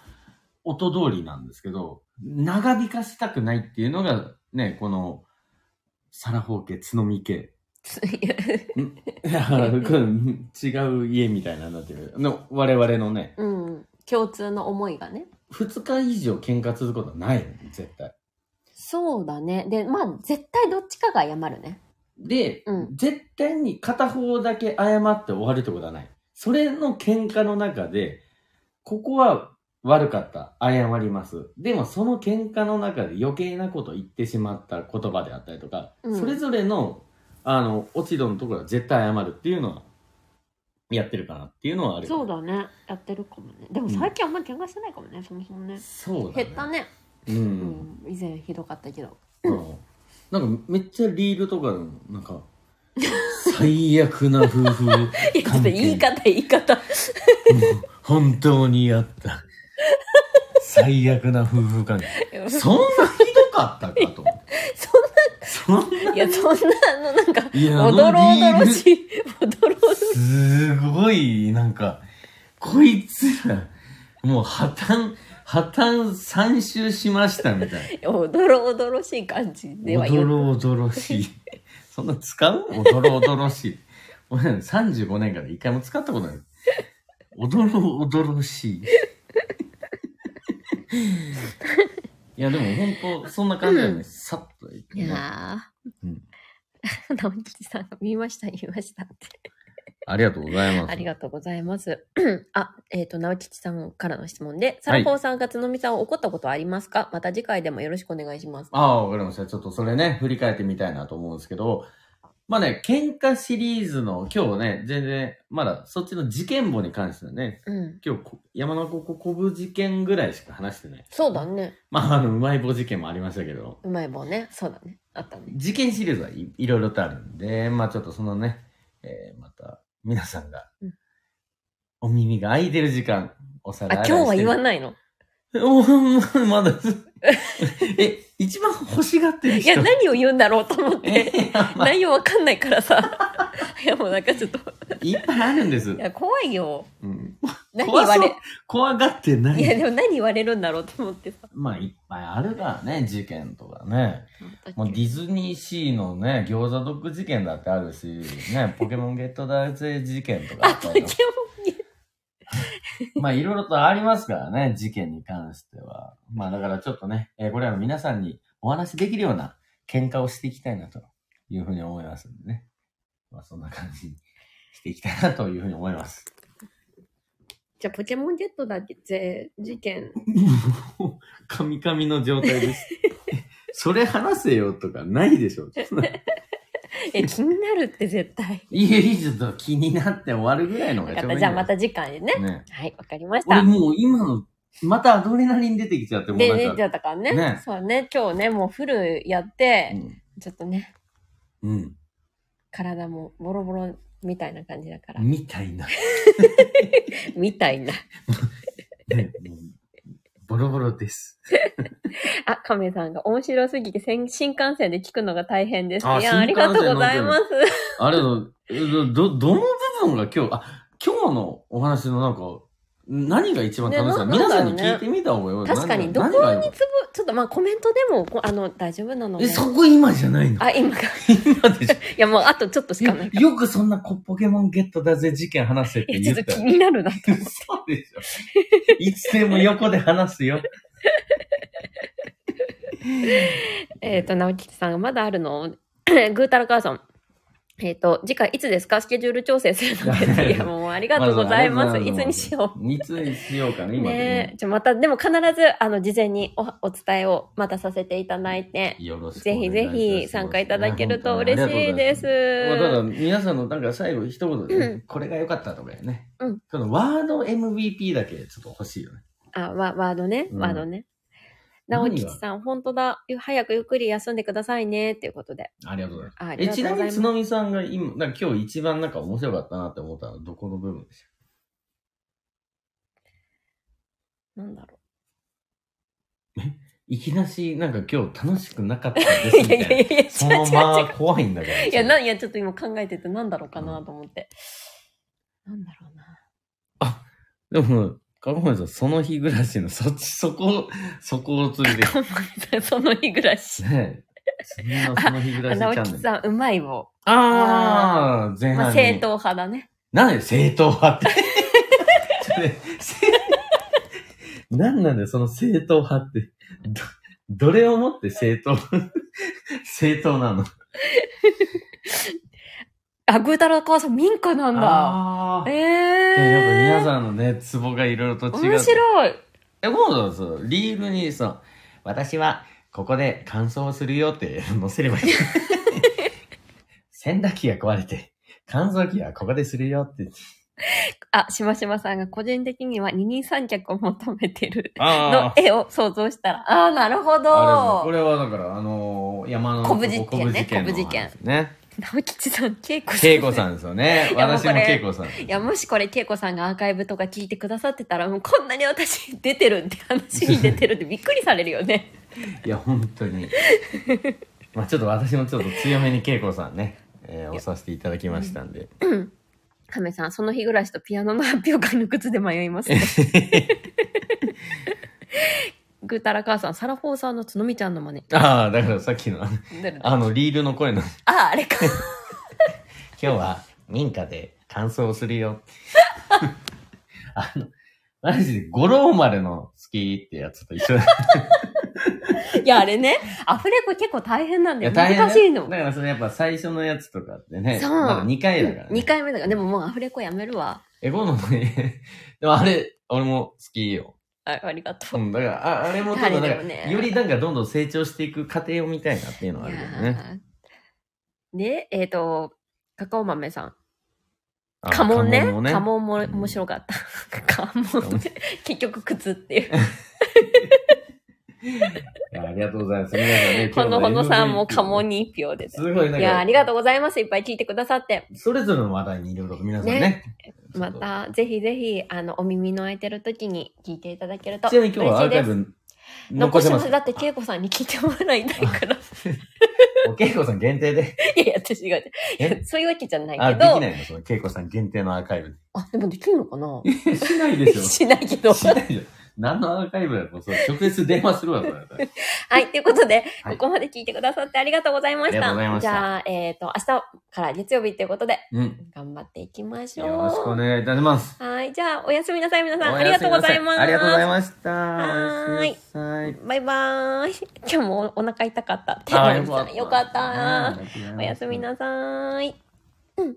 B: 音通りなんですけど、長引かしたくないっていうのがね、この、サラホー家、角見家。
A: ついや
B: だからこれ違う家みたいなになってる。の我々のね、
A: うん。共通の思いがね。
B: 2日以上喧嘩続くことはないよね絶対。
A: そうだね。で、まあ、絶対どっちかが謝るね。
B: で、
A: うん
B: 絶対に片方だけ謝って終わるってことはない。それの喧嘩の中で、ここは悪かった。謝ります。でもその喧嘩の中で余計なこと言ってしまった言葉であったりとか、
A: うん
B: それぞれの、あの、落ち度のところは絶対謝るっていうのは、やってるかなっていうのはある。
A: そう
B: だ。
A: だね。やってるかもね。でも最近あんまり喧嘩してないかもね、そもそもね。
B: そうだ、ね。
A: 減ったね。
B: う。
A: うんん。以前ひどかったけど。
B: うんなんかめっちゃリールとかでも、なんか、最悪な夫婦関
A: [LAUGHS] いや、
B: 係。
A: ちょっと言い方、言い方。
B: もう本当にや [LAUGHS] った。最悪な夫婦関係。
A: そ
B: そんなひどかったかと。 [LAUGHS] そんな、
A: いや、そんな、あの、なんか、
B: いや
A: おどろおど
B: あの
A: ろ
B: リール
A: しい、 [LAUGHS] おどろおどろしい。
B: すごい、なんか、こいつら、もう破綻、破綻三周しましたみたい
A: おどろおどろしい感じで
B: な。
A: は
B: お
A: 言
B: ど
A: う。
B: ろおどろし
A: [LAUGHS]
B: い。そんな使うおどろおどろしい。俺ら35年から一回も使ったことない。おどろおどろしい。いや、でも本当、そんな感じだよね。さっといく
A: い
B: ね
A: や
B: うん
A: ー、 [LAUGHS] 直吉さんが見ました、見ましたって。
B: ありがとうございます。
A: ありがとうございます。 [CLEARS THROAT] あ、えっ、と、直吉さんからの質問で、サラホーさんがつのみさんを怒ったことはありますかまた次回でもよろしくお願いします。
B: ああ、わかりました。ちょっとそれね、振り返ってみたいなと思うんですけど、まあね、喧嘩シリーズの今日ね、全然、まだそっちの事件簿に関してはね、
A: うん。
B: 今日こ山の子こぶ事件ぐらいしか話してない。
A: そうだね。
B: [LAUGHS] まあ、あの、うまい棒事件もありましたけど、
A: うまい棒ね。そうだね。あったね。
B: 事件シリーズはい、いろいろとあるんで、まあちょっとそのね、えーまた、皆さんが
A: うん、
B: お耳が空いてる時間、おさ
A: あ、今
B: らい
A: 日は言わ
B: い。
A: ないの。
B: [LAUGHS] おーまだ、 [LAUGHS] え、一番欲しがってる
A: い
B: 人。
A: や、何を言うんだろうと思って。
B: えー
A: 内容わかんないからさ。 [LAUGHS] いや、もうなんかちょっと、
B: [LAUGHS] いっぱいあるんです
A: い。や、怖いよ。
B: うん
A: 何言わ
B: 怖そう
A: れ、
B: 怖がってない
A: や、
B: い。
A: でも何言われるんだろうと思ってさ。
B: まあ、いっぱいあるからね、事件とかね。もうディズニーシーのね、餃子ドッグ事件だってあるし、ね、ポケモンゲットだぜ事件とかあったりとか
A: 基本に
B: まあ、いろいろとありますからね、事件に関しては。まあ、だからちょっとね、えーこれは皆さんにお話しできるような喧嘩をしていきたいなというふうに思いますんでね。まあ、そんな感じにしていきたいなというふうに思います。
A: [LAUGHS] じゃあ、ポケモンゲットだって、事件。 [LAUGHS]
B: もう、カミカミの状態です。 [LAUGHS] それ話せよとかないでしょ。
A: え、気になるって絶対。
B: いやいいちょっと気になって終わるぐらいの
A: わ
B: が
A: か
B: ちょ
A: っ
B: う
A: た。
B: どいいん
A: じ
B: じ
A: ゃあ、
B: ゃない
A: また次回でね。
B: ね。
A: はい、わかりました
B: 俺。もう今のまたアドレナリン出てきちゃって、もう
A: で、
B: な
A: 出ち
B: んか。
A: ゃったからね。
B: ね
A: そうね、今日ね、もうフルやって、ちょっとね、
B: うん。
A: 体もボロボロみたいな感じだから
B: う。ん。みたいな。
A: みたいな。
B: ねもうボロボロです。
A: あ、亀さんが面白すぎて新新幹線で聞くのが大変です。
B: あ
A: いや、あ
B: 新
A: り
B: 幹線
A: がとうございます。
B: あれの、ど、どどの部分が今日、あ、今日のお話のなんか、何が一番楽しいか、
A: ねな
B: 皆さん
A: な
B: に
A: んだろうね
B: 聞いてみた方がよ。
A: 確かに、どこ
B: 何
A: に
B: が何がいい
A: つ
B: の
A: ぶ、ちょっとまあコメントでも、こあの、大丈夫なの
B: え、
A: で。
B: そこ今じゃないの
A: あ、今か。
B: 今でしょ
A: いや、もうあとちょっとしかないから。
B: よくそんなこポケモンゲットだぜ事件話せっ
A: い
B: て
A: や、
B: 言っ
A: ちょっと
B: た
A: 気になるなと思って。
B: そうでしょ。いつでも横で話すよ。
A: えっ、と、直吉さんがまだあるの [COUGHS] ぐーたら母さん。えっ、と、次回いつですかスケジュール調整するので。
B: [LAUGHS]
A: いや、もうありがとうございます。
B: ず
A: いつにしよう。
B: いつにしようかね、今で
A: ねえ
B: ね。
A: じゃあまた、でも必ず、あの、事前におお伝えをまたさせていただいて、
B: よろしく
A: ぜひぜひ参加いただけると嬉しいです。
B: まあ、ただ、皆さんのなんか最後一言でね、
A: うん
B: これが良かったとかやね。
A: うん
B: そのワード MVP だけちょっと欲しいよね。
A: あ、ワワードね、
B: うん
A: ワードね。直
B: 何が
A: 吉さん、本当だ。ゆ早くゆっくり休んでくださいね。っていうことで。
B: ありがとうございます。
A: ああり
B: え
A: がと
B: ち
A: う
B: な
A: ござ
B: み
A: いま
B: に、
A: す
B: つ。のみさんが今、なんか今日一番なんか面白かったなって思ったのはどこの部分でし
A: なんだろ
B: ょういきなし、なんか今日楽しくなかったで
A: う。
B: すみ
A: い
B: た
A: やい
B: いな。
A: やいや、違
B: そのま
A: う違う
B: ま怖いんだから。
A: [LAUGHS] 違う。いや、な、いや、ちょっと今考えてて、なんだろうかなと思って。なんだろうな。
B: でも、かごめさん、その日暮らしの、そっち、そこ、 [LAUGHS] そこを連れてき
A: ごめんなさい [LAUGHS] その日暮らし。
B: て。
A: [LAUGHS]
B: ねそんなその日
A: あ
B: 暮らしチ
A: 直
B: ャン
A: 吉
B: ネル。
A: さん、うまい棒。
B: あー、前
A: まあ、
B: 半
A: 正
B: に。
A: 統派だね。
B: なんで正統派って。 [LAUGHS] ちょっとね正なんなんだよ、その正統派って。ど、どれをもって正統、 [LAUGHS] 正統なの
A: あ、ぐーたら母さん、民家なんだ。
B: あー。
A: え
B: でやっぱ
A: え
B: 皆さんのね、ツボがいろいろと違
A: ー。
B: う。
A: 面白い。
B: え、もうそうそう、リールにさ、私はここで乾燥するよって載せ
A: [LAUGHS]
B: ればいい。洗濯機が壊れて、乾燥機はここでするよって。
A: あ、しましまさんが個人的には二人三脚を求めてるの
B: あ
A: 絵を想像したら。ああー、なるほ
B: あれこ
A: ど。
B: れはだから、あのー山の
A: 昆布実験ね
B: 昆布事件の話ね。
A: 直吉さん、恵子さん。
B: 恵子さんですよね。
A: いやもう
B: 私
A: これ
B: も恵子さん。
A: いや、もしこれ、恵子さんがアーカイブとか聞いてくださってたら、もうこんなに私出てるって話に出てるってびっくりされるよね。 [LAUGHS]
B: いや、本当に。まあちょっと私もちょっと強めに恵子さんね、えー、押させていただきましたんで。 [LAUGHS]
A: 亀さん、その日暮らしとピアノの発表会の靴で迷い [LAUGHS] ます。ぐーたら母さん、サラフォーさんのつのみちゃんの真似。
B: ああ、だからさっきのあの、
A: あ
B: あのリールの声の
A: あ、あれか。
B: 今日は民家で乾燥するよ。 [LAUGHS] あの、マジで五郎丸の好きってやつと一緒だ。
A: [LAUGHS] いや、あれね、アフレコ結構大変なん
B: い
A: だよ。
B: や大変
A: 難
B: だ
A: [LAUGHS]
B: よ
A: しいの。
B: だからそれやっぱ最初のやつとかってね。
A: そう
B: ま2回だから、ね。
A: 2。回目だから、でももうアフレコやめるわ。
B: え、今度もね。 [LAUGHS] でもあれ、俺も好きよ。
A: あありがと
B: う
A: う。
B: ん、だから、ああれもちょっとなん
A: あれ
B: か、
A: だよね
B: よりなんかどんどん成長していく過程を見たいなっていうのはあるよね。
A: いやーで、えっ、と、カカオ豆さん。
B: あ
A: 家紋ね。
B: 家
A: 家
B: 紋
A: 紋
B: もね。
A: も
B: うん
A: 面白かった。 [LAUGHS] 家紋ね。結局靴って
B: [LAUGHS]
A: いう。
B: いやありがとうございます。皆さんね。
A: ほのほのさんも家紋
B: に。。
A: に一票です
B: ごいなんか、
A: いやーありが
B: と
A: とうございます。いっぱい聞いてくださって。
B: う。それぞれの話題にいろいろと皆さんね。
A: ね
B: ちょっ
A: ま
B: と
A: た、ぜひぜひ、あの、お耳の空いてる時に聞いていただけると
B: ちなみに今日はア
A: 嬉しい
B: ーカイ
A: です。
B: ブ残
A: 残
B: せ
A: し
B: ま。
A: ますす。だって、恵子さんに聞いてもらいたい
B: [LAUGHS]
A: から。
B: おけいこさん限定で。
A: いやいや、私が、い
B: え
A: やそういうわけじゃない
B: あ、
A: け
B: でき
A: ど。
B: ないのそのけいこさん限定のアーカイ
A: [LAUGHS]
B: ブ。
A: あ、でもできるのかな
B: しないでし
A: しないけど
B: ょ。。 [LAUGHS] しないよ。何のアーカイブだよ。もうそれ直接電話するわ、それ。
A: はい、ということで、
B: はい
A: ここまで聞いてくださってありがとうございました。
B: ありがとうございました
A: じゃあ、えっ、と、明日から月曜日ということで、
B: うん。
A: 頑張っていきましょう。
B: よろしくお願いいたします。
A: はい、じゃあ、おやすみなさい、皆さん。
B: お
A: ありが
B: やす
A: とうご
B: みなさ
A: ざいます。
B: ありがとうございました。
A: はーい
B: おやすみなさい。
A: バイバーイ。 [LAUGHS] 今日もお [LAUGHS] 腹痛かったって。
B: あー
A: よかった。よかった。
B: うん
A: おやすみなさい。うん。